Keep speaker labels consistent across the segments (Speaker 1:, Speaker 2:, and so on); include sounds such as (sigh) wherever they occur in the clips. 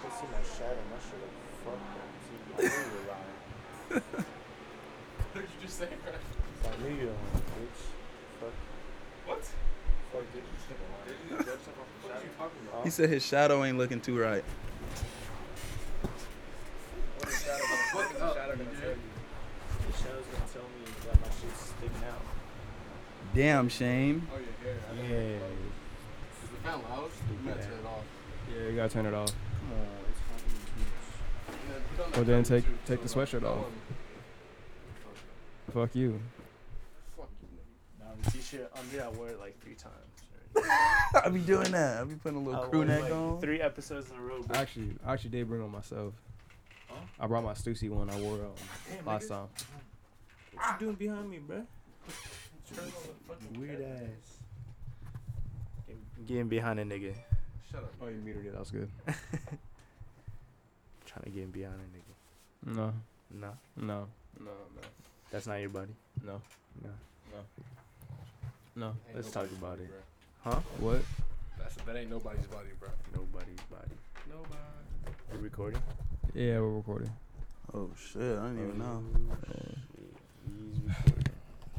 Speaker 1: shadow. That should have fucked up. See, I knew you were lying.
Speaker 2: (laughs) What did you just say?
Speaker 1: I knew you were lying, bitch. Fuck.
Speaker 2: What?
Speaker 1: Fuck
Speaker 2: Did
Speaker 1: it.
Speaker 2: you judge yourself off the
Speaker 3: What are
Speaker 2: shadow?
Speaker 3: you talking about?
Speaker 1: Oh,
Speaker 4: He said his shadow ain't looking too right.
Speaker 3: What is Shadow gonna- what is
Speaker 2: Fuck up,
Speaker 3: Shadow gonna
Speaker 2: dude.
Speaker 3: tell you?
Speaker 1: the shadow's gonna tell me that my shit's sticking out.
Speaker 4: Damn, Shame.
Speaker 2: Oh, your hair. I didn't-
Speaker 3: Yeah,
Speaker 2: Is the fan loud? You gotta turn it off.
Speaker 3: yeah, you gotta turn it off.
Speaker 1: Come on, it's fucking huge.
Speaker 2: And then put on
Speaker 3: Well,
Speaker 2: that
Speaker 3: then
Speaker 2: cover
Speaker 3: take-
Speaker 2: too,
Speaker 3: take
Speaker 2: so that-
Speaker 3: the sweatshirt
Speaker 2: that
Speaker 3: off.
Speaker 2: one-
Speaker 3: Fuck you.
Speaker 2: Fuck you, nigga.
Speaker 1: Now the t-shirt under, I wore it like three times.
Speaker 4: I be doing that. I be putting a
Speaker 1: I
Speaker 4: little
Speaker 1: wore
Speaker 4: crew
Speaker 1: it,
Speaker 4: neck
Speaker 1: Oh, like,
Speaker 4: on.
Speaker 1: Three episodes in a row.
Speaker 3: I
Speaker 1: Bro.
Speaker 3: actually, I actually did bring one myself.
Speaker 1: Huh?
Speaker 3: I brought my Stussy one I wore um,
Speaker 2: Damn,
Speaker 3: last
Speaker 2: nigga.
Speaker 3: time.
Speaker 1: What you doing behind me, bro?
Speaker 2: Turn on the fucking
Speaker 1: Weird
Speaker 2: camera.
Speaker 1: ass. Getting behind a nigga.
Speaker 2: Shut up.
Speaker 3: Oh, you muted it. That was good.
Speaker 1: Trying to get behind a
Speaker 3: No,
Speaker 1: nigga. No,
Speaker 3: no, no,
Speaker 1: that's not your buddy.
Speaker 3: no, no,
Speaker 1: No.
Speaker 3: no.
Speaker 2: Ain't
Speaker 1: Let's
Speaker 2: nobody's
Speaker 1: talk about
Speaker 2: body,
Speaker 1: it.
Speaker 2: bruh.
Speaker 3: What?
Speaker 2: That's, that ain't nobody's body, bro.
Speaker 1: Nobody's body.
Speaker 2: Nobody.
Speaker 1: You recording?
Speaker 3: Yeah, we're recording.
Speaker 4: Oh shit, I didn't even know.
Speaker 1: He's recording.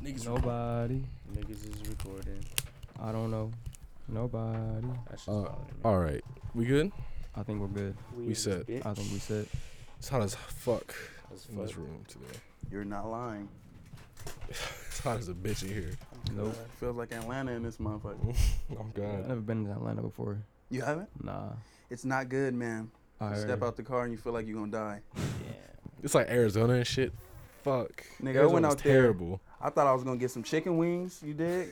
Speaker 2: Niggas
Speaker 3: Nobody.
Speaker 1: Niggas is recording.
Speaker 3: I don't know. Nobody.
Speaker 1: That's just
Speaker 2: Uh,
Speaker 1: bothering me.
Speaker 2: All right, we good?
Speaker 3: I think we're good.
Speaker 2: we said-
Speaker 3: I think we said.
Speaker 2: It's hot as fuck
Speaker 1: As
Speaker 2: in this
Speaker 1: fuck.
Speaker 2: room today. (laughs)
Speaker 4: You're not lying.
Speaker 2: It's hot as a bitch in here.
Speaker 3: Nope.
Speaker 4: Uh, feels like Atlanta in this motherfucker.
Speaker 3: Oh,
Speaker 2: I'm
Speaker 3: I've
Speaker 2: good.
Speaker 3: never been to Atlanta before.
Speaker 4: You haven't?
Speaker 3: Nah.
Speaker 4: It's not good, man.
Speaker 3: I
Speaker 4: You
Speaker 3: heard.
Speaker 4: Step out the car and you feel like you're gonna die.
Speaker 2: It's like Arizona and shit. Fuck.
Speaker 4: Nigga, I went
Speaker 2: Arizona's
Speaker 4: out there.
Speaker 2: terrible.
Speaker 4: I thought I was gonna get some chicken wings. You dig?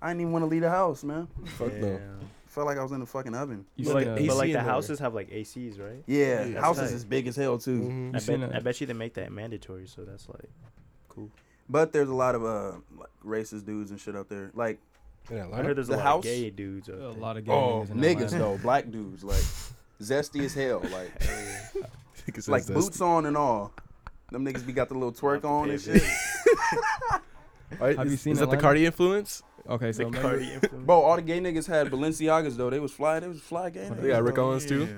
Speaker 4: I didn't even want to leave the house, man.
Speaker 2: Fuck no.
Speaker 4: Felt like I was in a fucking oven.
Speaker 3: You
Speaker 1: But
Speaker 3: seen
Speaker 1: like,
Speaker 3: a-
Speaker 2: AC
Speaker 1: but like
Speaker 2: in
Speaker 1: the
Speaker 2: there.
Speaker 1: houses have like ACs, right?
Speaker 4: Yeah,
Speaker 2: Yeah.
Speaker 4: houses
Speaker 1: That's tight.
Speaker 4: is big as hell too.
Speaker 2: Mhm.
Speaker 1: I
Speaker 3: seen
Speaker 1: bet,
Speaker 3: a-
Speaker 1: I bet you they make that mandatory, so that's like cool.
Speaker 4: But there's a lot of uh like, racist dudes and shit out there. Like
Speaker 2: In
Speaker 1: I heard
Speaker 2: Atlanta?
Speaker 1: there's a
Speaker 4: The
Speaker 1: lot
Speaker 4: house?
Speaker 1: of gay dudes. Out
Speaker 3: a
Speaker 1: there. (laughs)
Speaker 3: lot of gay
Speaker 2: Oh,
Speaker 3: niggas. in
Speaker 4: niggas
Speaker 3: Atlanta.
Speaker 4: though, black dudes, like zesty as hell, like
Speaker 2: Think it says
Speaker 4: like
Speaker 2: that's-
Speaker 4: boots on and all. Them niggas be got the little twerk
Speaker 1: I'll
Speaker 4: on
Speaker 1: have
Speaker 4: and
Speaker 1: to pay
Speaker 4: shit.
Speaker 2: Alright,
Speaker 3: Have you
Speaker 2: is-
Speaker 3: seen
Speaker 2: Is that the
Speaker 3: Atlanta?
Speaker 2: Cardi influence?
Speaker 3: Okay,
Speaker 1: The
Speaker 3: so maybe-
Speaker 1: Cardi influence.
Speaker 3: (laughs)
Speaker 4: Bro, all the gay niggas had Balenciagas though. They was fly. They was fly gay.
Speaker 2: They
Speaker 4: niggas,
Speaker 2: got Rick
Speaker 4: though.
Speaker 2: Owens too.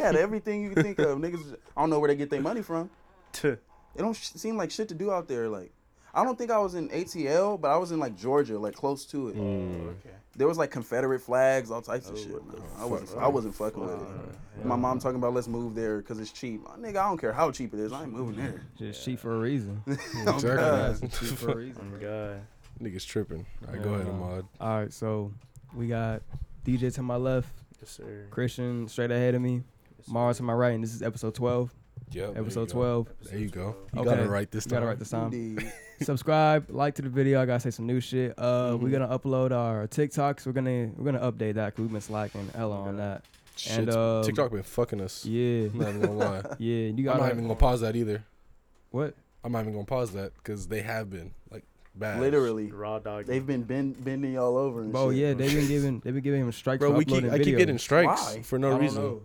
Speaker 2: (laughs)
Speaker 4: had everything you could think of. Niggas, I don't know where they get their money from.
Speaker 1: Tuh.
Speaker 4: It don't sh- seem like shit to do out there. Like, I don't think I was in ATL, but I was in like Georgia, like close to it.
Speaker 2: Mm.
Speaker 1: Okay.
Speaker 4: There was like Confederate flags, all types of
Speaker 1: Oh,
Speaker 4: shit.
Speaker 1: what the
Speaker 4: man. I wasn't,
Speaker 2: fuck?
Speaker 4: I wasn't fucking with it. My mom talking about let's move there because it's cheap. Uh, Nigga, I don't care how cheap it is. I ain't moving
Speaker 2: (laughs)
Speaker 4: there. (laughs)
Speaker 3: Just cheap for a reason.
Speaker 4: God.
Speaker 2: Exactly.
Speaker 3: Just cheap for a
Speaker 1: Oh
Speaker 3: reason.
Speaker 1: my god.
Speaker 2: Niggas tripping. Alright, go ahead,
Speaker 3: Yeah.
Speaker 2: Ahmad.
Speaker 3: All right, so we got DJ to my left,
Speaker 1: Yes, sir.
Speaker 3: Christian straight ahead of me,
Speaker 1: Yes, sir.
Speaker 3: Mars to my right, and this is episode 12.
Speaker 2: Yep. Oh, there you
Speaker 3: episode
Speaker 2: go.
Speaker 3: 12.
Speaker 2: There you go.
Speaker 1: Episode
Speaker 2: You
Speaker 3: Okay,
Speaker 2: got it right this
Speaker 3: You
Speaker 2: time.
Speaker 3: got it right this time.
Speaker 4: Indeed.
Speaker 3: Subscribe, like to the video. I gotta say some new shit. Uh,
Speaker 2: Mhm.
Speaker 3: we're gonna upload our TikToks. We're gonna we're gonna update that because we've been slacking hella on that.
Speaker 2: Shit,
Speaker 3: And um,
Speaker 2: TikTok been fucking us. (laughs)
Speaker 3: Yeah,
Speaker 2: I'm not even gonna
Speaker 3: (laughs)
Speaker 2: lie.
Speaker 3: yeah. You
Speaker 2: I'm
Speaker 3: got
Speaker 2: not even gonna pause that either. (laughs)
Speaker 3: what?
Speaker 2: I'm not even gonna pause that because they have been like bad.
Speaker 4: Literally,
Speaker 1: Raw dog.
Speaker 4: they've been bend, bending y'all over. And
Speaker 3: Bro,
Speaker 4: shit.
Speaker 3: yeah,
Speaker 2: (laughs)
Speaker 3: they've been giving they've been giving him strikes
Speaker 2: Bro,
Speaker 3: for
Speaker 2: we keep,
Speaker 3: uploading
Speaker 2: I keep
Speaker 3: videos.
Speaker 2: getting strikes
Speaker 4: Why?
Speaker 2: for
Speaker 3: I
Speaker 2: no
Speaker 3: don't
Speaker 2: reason.
Speaker 3: know.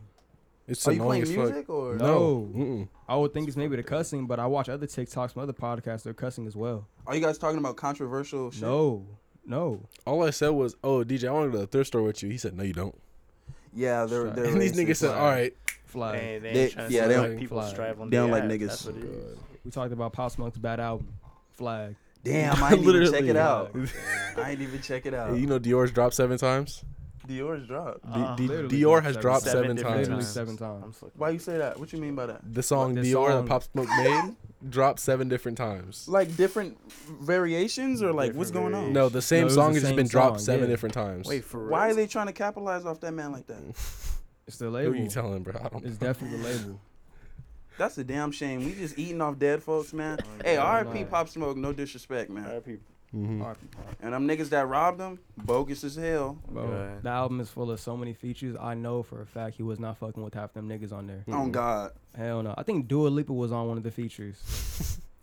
Speaker 2: It's
Speaker 4: Are you
Speaker 2: annoying
Speaker 4: playing
Speaker 2: as fuck.
Speaker 4: music or
Speaker 2: No.
Speaker 3: No.
Speaker 2: Mm-mm.
Speaker 3: I would think it's maybe the cussing, but I watch other TikToks from other podcasts. They're cussing as well.
Speaker 4: Are you guys talking about controversial shit?
Speaker 3: No, no.
Speaker 2: All I said was, "Oh, DJ, I want to go to the thrift store with you." He said, "No, you don't."
Speaker 4: Yeah, they're
Speaker 3: Strike.
Speaker 4: they're.
Speaker 2: and these niggas
Speaker 4: racist.
Speaker 2: said,
Speaker 3: Fly.
Speaker 2: "All right."
Speaker 3: Fly.
Speaker 1: They, they,
Speaker 4: They-
Speaker 1: ain't trying to
Speaker 4: yeah,
Speaker 1: see
Speaker 4: they
Speaker 1: black
Speaker 2: don't-
Speaker 1: people
Speaker 3: fly.
Speaker 1: strive on
Speaker 4: They don't
Speaker 1: the
Speaker 4: like
Speaker 1: app.
Speaker 4: niggas.
Speaker 1: That's what it is.
Speaker 3: We talked about Pop Smoke's bad album, Flag.
Speaker 4: Damn, I didn't even check it
Speaker 2: Literally.
Speaker 4: out. I didn't even check it
Speaker 3: Uh.
Speaker 4: out.
Speaker 2: you know, Dior's dropped seven times.
Speaker 4: Dior's dropped.
Speaker 2: D-
Speaker 1: Uh,
Speaker 2: D-
Speaker 3: literally
Speaker 2: Dior
Speaker 3: dropped
Speaker 2: has
Speaker 3: seven-
Speaker 2: dropped
Speaker 1: seven
Speaker 2: seven,
Speaker 1: different
Speaker 2: times.
Speaker 3: Literally seven
Speaker 1: I'm
Speaker 3: times.
Speaker 1: fucking-
Speaker 4: Why you say that? What you mean by that?
Speaker 2: The song
Speaker 3: The
Speaker 2: Dior
Speaker 3: song-
Speaker 2: that Pop Smoke
Speaker 3: (laughs)
Speaker 2: made dropped seven different times.
Speaker 4: Like different variations or like what's
Speaker 1: Different
Speaker 4: going on?
Speaker 2: No, the
Speaker 3: No, it
Speaker 2: same
Speaker 3: was
Speaker 2: song
Speaker 3: the
Speaker 2: has just
Speaker 3: same
Speaker 2: been dropped
Speaker 3: song,
Speaker 2: seven
Speaker 3: yeah.
Speaker 2: different times.
Speaker 1: Wait for real.
Speaker 4: Why are they trying to capitalize off that man like that?
Speaker 3: It's the
Speaker 2: who
Speaker 3: label.
Speaker 2: are you telling, bro? I don't.
Speaker 3: it's definitely the label.
Speaker 4: That's a damn shame. We just eating off dead folks, man. Hey,
Speaker 3: yeah,
Speaker 4: R.I.P.
Speaker 3: nah.
Speaker 4: Pop Smoke, no disrespect, man.
Speaker 1: RIP.
Speaker 2: Mhm.
Speaker 3: Alright,
Speaker 4: And them niggas that robbed him, bogus as hell.
Speaker 3: bro,
Speaker 1: God.
Speaker 3: the album is full of so many features. I know for a fact he was not fucking with half them niggas on there.
Speaker 2: (laughs)
Speaker 4: On
Speaker 3: (laughs)
Speaker 2: Mhm.
Speaker 4: God.
Speaker 3: Hell no. I think Dua Lipa was on one of the features.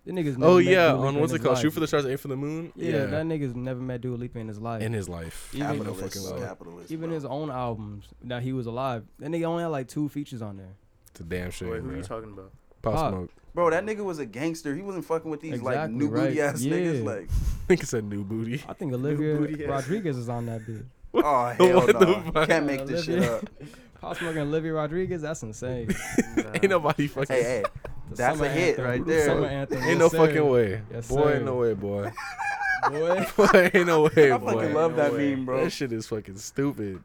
Speaker 3: the niggas. Never
Speaker 2: Oh
Speaker 3: met
Speaker 2: yeah,
Speaker 3: Dua Lipa
Speaker 2: on
Speaker 3: in
Speaker 2: what's it
Speaker 3: his
Speaker 2: called?
Speaker 3: life.
Speaker 2: Shoot for the stars, aim for the moon.
Speaker 3: Yeah, that nigga's never met Dua Lipa in his life.
Speaker 2: in his life.
Speaker 3: Even-
Speaker 2: I don't fucking
Speaker 4: Capitalist,
Speaker 2: lie.
Speaker 4: capitalist.
Speaker 3: Even
Speaker 4: bro.
Speaker 3: his own albums that he was alive, that nigga only had like two features on there.
Speaker 2: It's a damn shame,
Speaker 1: Wait, who are
Speaker 2: bro.
Speaker 1: you talking about?
Speaker 2: Pop,
Speaker 3: Pop.
Speaker 2: Smoke.
Speaker 4: Bro, that nigga was a gangster. He wasn't fucking with these like
Speaker 3: Exactly,
Speaker 4: new
Speaker 3: right.
Speaker 4: booty ass
Speaker 3: Yeah.
Speaker 4: niggas. Like,
Speaker 2: I think it's a new booty.
Speaker 3: I think Olivia
Speaker 1: booty ass.
Speaker 3: Rodriguez is on that bitch.
Speaker 4: Oh hell
Speaker 2: What the
Speaker 4: no!
Speaker 2: fuck?
Speaker 4: Can't make this shit
Speaker 3: Olivia-
Speaker 4: up.
Speaker 3: Pop Smoke and Olivia Rodriguez,
Speaker 2: (laughs)
Speaker 3: that's insane.
Speaker 2: (laughs) Ain't nobody fucking.
Speaker 4: Hey, hey,
Speaker 3: The
Speaker 4: that's a
Speaker 3: summer
Speaker 4: hit
Speaker 3: anthem.
Speaker 4: right
Speaker 3: Summer
Speaker 4: there.
Speaker 3: anthem.
Speaker 2: Ain't no
Speaker 3: yes, sir.
Speaker 2: fucking way.
Speaker 3: Yes,
Speaker 2: boy,
Speaker 3: sir.
Speaker 2: ain't no way, boy.
Speaker 3: (laughs) Boy.
Speaker 2: (laughs) boy, ain't no way,
Speaker 4: (laughs) I
Speaker 2: boy.
Speaker 4: fucking love
Speaker 1: no
Speaker 4: that
Speaker 1: way.
Speaker 4: meme, bro.
Speaker 2: That shit is fucking stupid.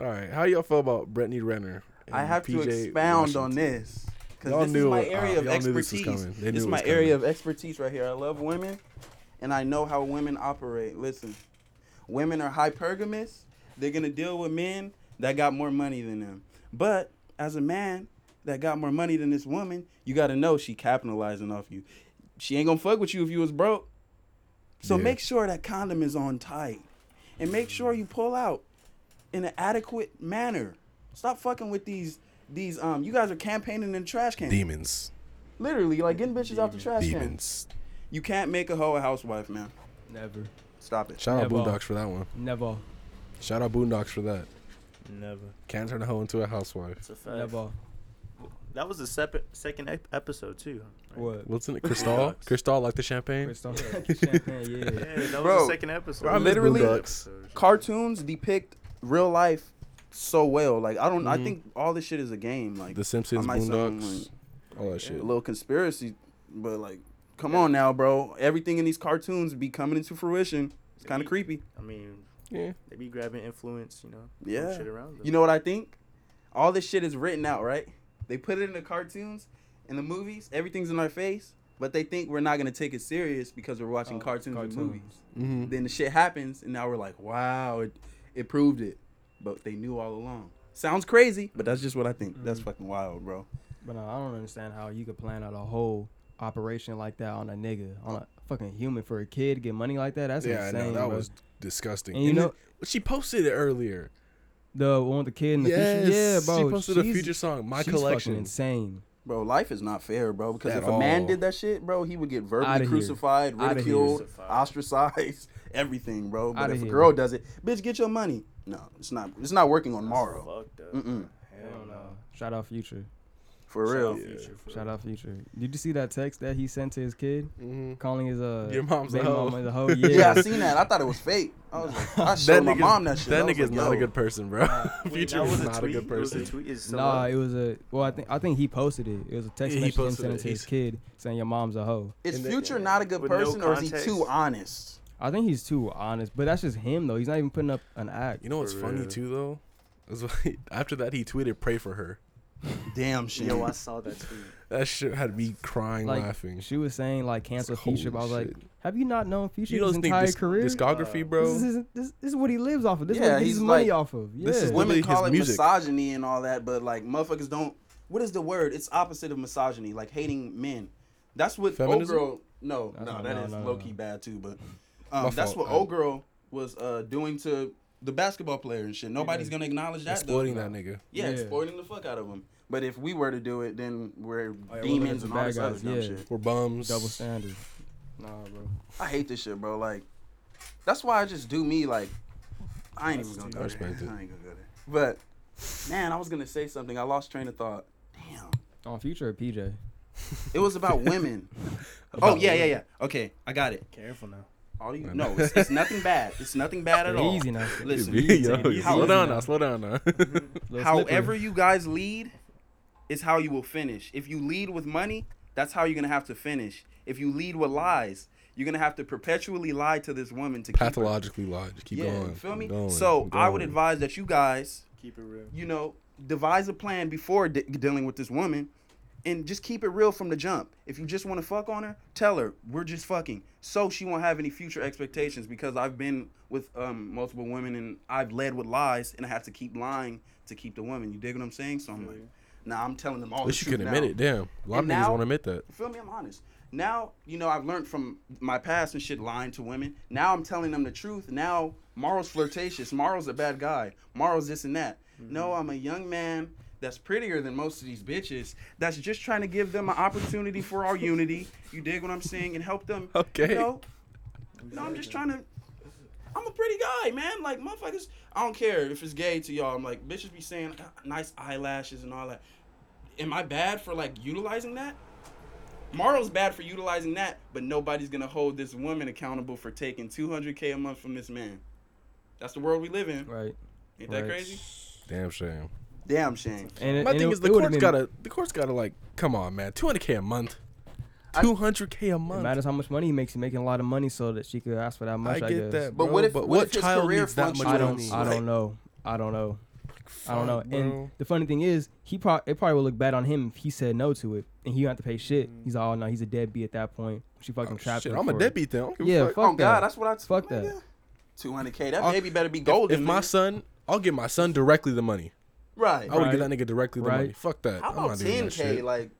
Speaker 2: All right, how y'all feel about Brittany Renner?
Speaker 4: I
Speaker 2: and
Speaker 4: have to
Speaker 2: PJ
Speaker 4: expound on
Speaker 2: Washington?
Speaker 4: this
Speaker 2: Y'all
Speaker 4: because this
Speaker 2: knew
Speaker 4: is my
Speaker 2: it. Uh,
Speaker 4: area of
Speaker 2: y'all knew this was
Speaker 4: expertise.
Speaker 2: coming. They
Speaker 4: This,
Speaker 2: knew
Speaker 4: is
Speaker 2: it
Speaker 4: my
Speaker 2: was
Speaker 4: area of
Speaker 2: coming.
Speaker 4: expertise right here. I love women, and I know how women operate. Listen, women are hypergamous. They're gonna deal with men that got more money than them. But as a man that got more money than this woman, you gotta know she capitalizing off you. She ain't gonna fuck with you if you was broke. So
Speaker 2: Yeah.
Speaker 4: make sure that condom is on tight, and make sure you pull out in an adequate manner. Stop fucking with these these um. You guys are campaigning in trash cans.
Speaker 2: Demons.
Speaker 4: Literally, like getting bitches out the trash can.
Speaker 2: Demons.
Speaker 4: You can't make a hoe a housewife, man.
Speaker 3: Never.
Speaker 4: Stop it.
Speaker 2: Shout out
Speaker 3: Never.
Speaker 2: Boondocks for that one.
Speaker 3: Never.
Speaker 2: Shout out Boondocks for that.
Speaker 1: Never.
Speaker 2: Can't turn a hoe into a housewife.
Speaker 1: It's a fact.
Speaker 3: Never.
Speaker 1: That was the sep- second ep- episode too. right?
Speaker 3: What?
Speaker 2: What's
Speaker 3: (laughs)
Speaker 2: in it? Cristal?
Speaker 1: Boondocks.
Speaker 2: Cristal like the champagne? (laughs)
Speaker 3: Crystal Champagne,
Speaker 1: Yeah,
Speaker 3: yeah.
Speaker 1: that was
Speaker 4: Bro,
Speaker 1: the second episode.
Speaker 4: I literally-
Speaker 2: Boondocks.
Speaker 4: Cartoons depict real life so well. Like I don't. I
Speaker 2: Mhm.
Speaker 4: think all this shit is a game. Like
Speaker 2: The Simpsons,
Speaker 4: I might sound
Speaker 2: Boondocks, all that
Speaker 4: a
Speaker 2: shit.
Speaker 4: little conspiracy, but like, come on now, bro. Everything in these cartoons be coming into fruition. It's kind of creepy.
Speaker 1: I mean,
Speaker 2: Yeah.
Speaker 1: they be grabbing influence, you know. from
Speaker 4: Yeah.
Speaker 1: Shit around them.
Speaker 4: You know what I think? All this shit is written out, right? They put it in the cartoons, in the movies. Everything's in our face, but they think we're not gonna take it serious because we're watching
Speaker 3: Oh,
Speaker 4: cartoons,
Speaker 3: cartoons.
Speaker 4: and movies.
Speaker 2: Mm-hmm.
Speaker 4: Then the shit happens, and now we're like, wow, it, it proved it, but they knew all along. Sounds crazy, but that's just what I think. That's
Speaker 3: Mm-hmm.
Speaker 4: fucking wild, bro.
Speaker 3: But no, I don't understand how you could plan out a whole operation like that on a nigga, on a fucking human for a kid to get money like that. That's
Speaker 2: Yeah, I
Speaker 3: insane.
Speaker 2: know. That
Speaker 3: bro.
Speaker 2: was disgusting.
Speaker 3: And you know-
Speaker 2: it- she posted it earlier.
Speaker 3: the one with the kid in the
Speaker 2: yes.
Speaker 3: future. Yeah, bro.
Speaker 2: She posted a
Speaker 3: she's-
Speaker 2: future song, My
Speaker 3: she's
Speaker 2: Collection.
Speaker 3: Fucking insane.
Speaker 4: Bro, life is not fair, bro. Because
Speaker 2: At
Speaker 4: if a man
Speaker 2: all.
Speaker 4: did that shit, bro, he would get verbally
Speaker 3: Outta here.
Speaker 4: crucified,
Speaker 3: Outta here.
Speaker 4: ridiculed,
Speaker 1: Crucified.
Speaker 4: ostracized, (laughs) everything, bro. But
Speaker 3: Outta
Speaker 4: if a
Speaker 3: here.
Speaker 4: girl does it, bitch, get your money. No, it's not. It's not working on Morrow
Speaker 1: Fucked up.
Speaker 4: Mm-mm.
Speaker 1: Hell no.
Speaker 3: Shout out Future.
Speaker 4: for
Speaker 1: Shout
Speaker 4: real.
Speaker 1: out Future for
Speaker 3: Shout
Speaker 1: real.
Speaker 3: out Future. Did you see that text that he sent to his kid,
Speaker 2: Mhm.
Speaker 3: calling his uh
Speaker 2: Your mom's a
Speaker 3: baby
Speaker 2: hoe.
Speaker 3: mama the
Speaker 2: (laughs)
Speaker 3: hoe?
Speaker 2: Yeah.
Speaker 3: Yeah.
Speaker 4: Yeah, I seen that. I thought it was fake. I was like, I showed my
Speaker 2: nigga's-
Speaker 4: mom that shit. I
Speaker 2: That
Speaker 4: was
Speaker 2: nigga's
Speaker 4: like,
Speaker 2: not a
Speaker 4: yo.
Speaker 2: good person, bro. (laughs)
Speaker 1: (laughs) Wait,
Speaker 2: Future
Speaker 1: that
Speaker 2: is
Speaker 1: was
Speaker 2: not a
Speaker 1: tweet?
Speaker 2: good
Speaker 1: It
Speaker 2: person.
Speaker 1: was a tweet. It's
Speaker 3: Nah,
Speaker 1: someone-
Speaker 3: it was a well. I think I think he posted it. It was a text
Speaker 2: Yeah, he
Speaker 3: message him
Speaker 2: posted
Speaker 3: sending
Speaker 2: it.
Speaker 3: to his
Speaker 2: He's-
Speaker 3: kid saying your mom's a hoe.
Speaker 4: Is
Speaker 2: And the-
Speaker 4: Future not a good
Speaker 1: With no
Speaker 4: person, or is he
Speaker 1: context.
Speaker 4: too honest?
Speaker 3: I think he's too honest, but that's just him though. He's not even putting up an act.
Speaker 2: You know what's
Speaker 1: For
Speaker 2: funny
Speaker 1: real.
Speaker 2: too though? (laughs) Is when- after that he tweeted, "Pray for her."
Speaker 4: Damn shit.
Speaker 1: Yo, I saw that tweet.
Speaker 2: That shit had me crying,
Speaker 3: like
Speaker 2: laughing.
Speaker 3: she was saying like cancel
Speaker 2: Holy
Speaker 3: Future, but I was like,
Speaker 2: shit.
Speaker 3: have you not known Future
Speaker 2: You
Speaker 3: his
Speaker 2: don't think
Speaker 3: entire
Speaker 2: this
Speaker 3: career?
Speaker 2: discography,
Speaker 4: Uh,
Speaker 1: Wow.
Speaker 2: bro?
Speaker 3: This is, this, this is what he lives off of. This is
Speaker 4: Yeah,
Speaker 3: what he gets
Speaker 4: he's
Speaker 3: his money
Speaker 4: like-
Speaker 3: off of. Yeah.
Speaker 2: this is
Speaker 4: Women
Speaker 2: literally
Speaker 4: call
Speaker 2: his
Speaker 4: it
Speaker 2: music.
Speaker 4: misogyny and all that, but like motherfuckers don't. What is the word? It's opposite of misogyny, like hating men. That's what old
Speaker 2: Feminism?
Speaker 4: girl. No,
Speaker 3: No,
Speaker 4: no,
Speaker 3: no,
Speaker 4: that is
Speaker 3: no, no,
Speaker 4: low key
Speaker 3: no.
Speaker 4: bad too. But
Speaker 2: My
Speaker 4: um, that's
Speaker 2: fault.
Speaker 4: what old girl was uh, doing to the basketball player and shit. Nobody's gonna acknowledge that. though.
Speaker 2: Exploiting that nigga.
Speaker 4: Yeah,
Speaker 3: Yeah. Oh,
Speaker 4: exploiting the fuck out of him. But if we were to do it, then we're
Speaker 3: we're
Speaker 4: demons
Speaker 3: the
Speaker 4: and all
Speaker 3: bad
Speaker 4: this other
Speaker 3: guys,
Speaker 4: dumb
Speaker 3: yeah.
Speaker 4: shit.
Speaker 2: We're bums.
Speaker 3: double standard. Nah, bro.
Speaker 4: I hate this shit, bro. Like, that's why I just do me. Like, I ain't even gonna go
Speaker 2: I
Speaker 4: there. I ain't
Speaker 2: respect it.
Speaker 4: gonna go there. But man, I was gonna say something. I lost train of thought. Damn.
Speaker 3: On Future or PJ?
Speaker 4: It
Speaker 2: (laughs)
Speaker 4: was
Speaker 3: (laughs)
Speaker 4: about women. oh
Speaker 2: About
Speaker 4: yeah, yeah, yeah. Okay, I got it.
Speaker 1: Careful now.
Speaker 4: All you
Speaker 2: I
Speaker 4: no,
Speaker 2: know.
Speaker 4: it's, it's nothing bad. It's nothing bad at all.
Speaker 3: Easy now.
Speaker 4: Listen,
Speaker 2: Yo,
Speaker 1: take it easy.
Speaker 2: slow down
Speaker 3: How-
Speaker 2: now. Slow down now.
Speaker 3: Little
Speaker 4: However
Speaker 3: slippery.
Speaker 4: you guys lead is how you will finish. If you lead with money, that's how you're gonna have to finish. If you lead with lies, you're gonna have to perpetually lie to this woman to keep
Speaker 2: (laughs)
Speaker 4: her.
Speaker 2: Pathologically lied. Just keep
Speaker 4: yeah,
Speaker 2: going.
Speaker 4: you feel me?
Speaker 2: keep going,
Speaker 4: so
Speaker 2: keep
Speaker 4: I would
Speaker 2: going.
Speaker 4: advise that you guys,
Speaker 1: Keep it real.
Speaker 4: you know, devise a plan before de- dealing with this woman, and just keep it real from the jump. If you just want to fuck on her, tell her we're just fucking, so she won't have any future expectations. Because I've been with um, multiple women and I've led with lies, and I have to keep lying to keep the woman. You dig what I'm saying? So I'm like, nah, I'm telling them all.
Speaker 2: At
Speaker 4: the
Speaker 2: least you
Speaker 4: truth
Speaker 2: can admit
Speaker 4: now.
Speaker 2: it. Damn, a lot of
Speaker 4: And
Speaker 2: niggas
Speaker 4: now-
Speaker 2: won't admit that.
Speaker 4: You feel me? I'm honest. Now, you know, I've learned from my past and shit lying to women. Now I'm telling them the truth. Now Morrow's flirtatious. Morrow's a bad guy. Morrow's this and that. No, I'm a young man that's prettier than most of these bitches that's just trying to give them an opportunity for our unity. You dig what I'm saying? And help them.
Speaker 2: Okay.
Speaker 4: You know, no, I'm just trying to. I'm a pretty guy, man. Like motherfuckers, I don't care if it's gay to y'all. I'm like bitches be saying "Ah, nice eyelashes and all that. Am I bad for like utilizing that? Morrow's bad for utilizing that, but nobody's gonna hold this woman accountable for taking 200k a month from this man. That's the world we live in.
Speaker 3: right?
Speaker 4: Ain't that
Speaker 3: Right.
Speaker 4: crazy?
Speaker 2: Damn shame.
Speaker 4: Damn shame.
Speaker 3: And
Speaker 2: My
Speaker 3: and
Speaker 2: thing
Speaker 3: it-
Speaker 2: is the
Speaker 3: it would've
Speaker 2: court's
Speaker 3: been-
Speaker 2: gotta the court's gotta like come on man, two hundred k a month,
Speaker 4: I-
Speaker 2: two hundred k a month.
Speaker 3: It matters how much money he makes. He's making a lot of money, so that she could ask for that
Speaker 2: I
Speaker 3: much.
Speaker 2: get
Speaker 3: I, guess.
Speaker 2: that,
Speaker 4: But
Speaker 2: bro,
Speaker 4: what if-
Speaker 2: but
Speaker 4: what
Speaker 2: what
Speaker 4: if his
Speaker 2: child
Speaker 4: career
Speaker 2: needs that
Speaker 4: functions
Speaker 2: much
Speaker 3: I
Speaker 4: Which
Speaker 3: don't.
Speaker 2: money?
Speaker 4: ones?
Speaker 3: I
Speaker 4: Like-
Speaker 3: don't know. I don't know. I don't know.
Speaker 2: Fuck,
Speaker 3: And
Speaker 2: bro.
Speaker 3: the funny thing is, he probably it probably would look bad on him if he said no to it, and he don't have to pay shit. He's all no. He's a deadbeat at that point. She fucking
Speaker 2: Mm. Oh,
Speaker 3: trapped
Speaker 2: shit,
Speaker 3: him.
Speaker 2: I'm a
Speaker 3: for it.
Speaker 2: deadbeat then. I don't give a
Speaker 3: Yeah,
Speaker 2: fuck.
Speaker 3: fuck
Speaker 4: oh God,
Speaker 3: that.
Speaker 4: that's what I
Speaker 3: Fuck that.
Speaker 4: Two hundred k. That
Speaker 2: I'll-
Speaker 4: baby better be
Speaker 2: If,
Speaker 4: golden.
Speaker 2: if Oh, my
Speaker 4: man.
Speaker 2: son, I'll give my son directly the money.
Speaker 4: right.
Speaker 2: I would give
Speaker 3: Right.
Speaker 2: that nigga directly the
Speaker 3: Right.
Speaker 2: money. Fuck that.
Speaker 4: How
Speaker 2: I'm not
Speaker 4: about
Speaker 2: doing
Speaker 4: ten
Speaker 2: that
Speaker 4: k?
Speaker 2: shit.
Speaker 4: Like,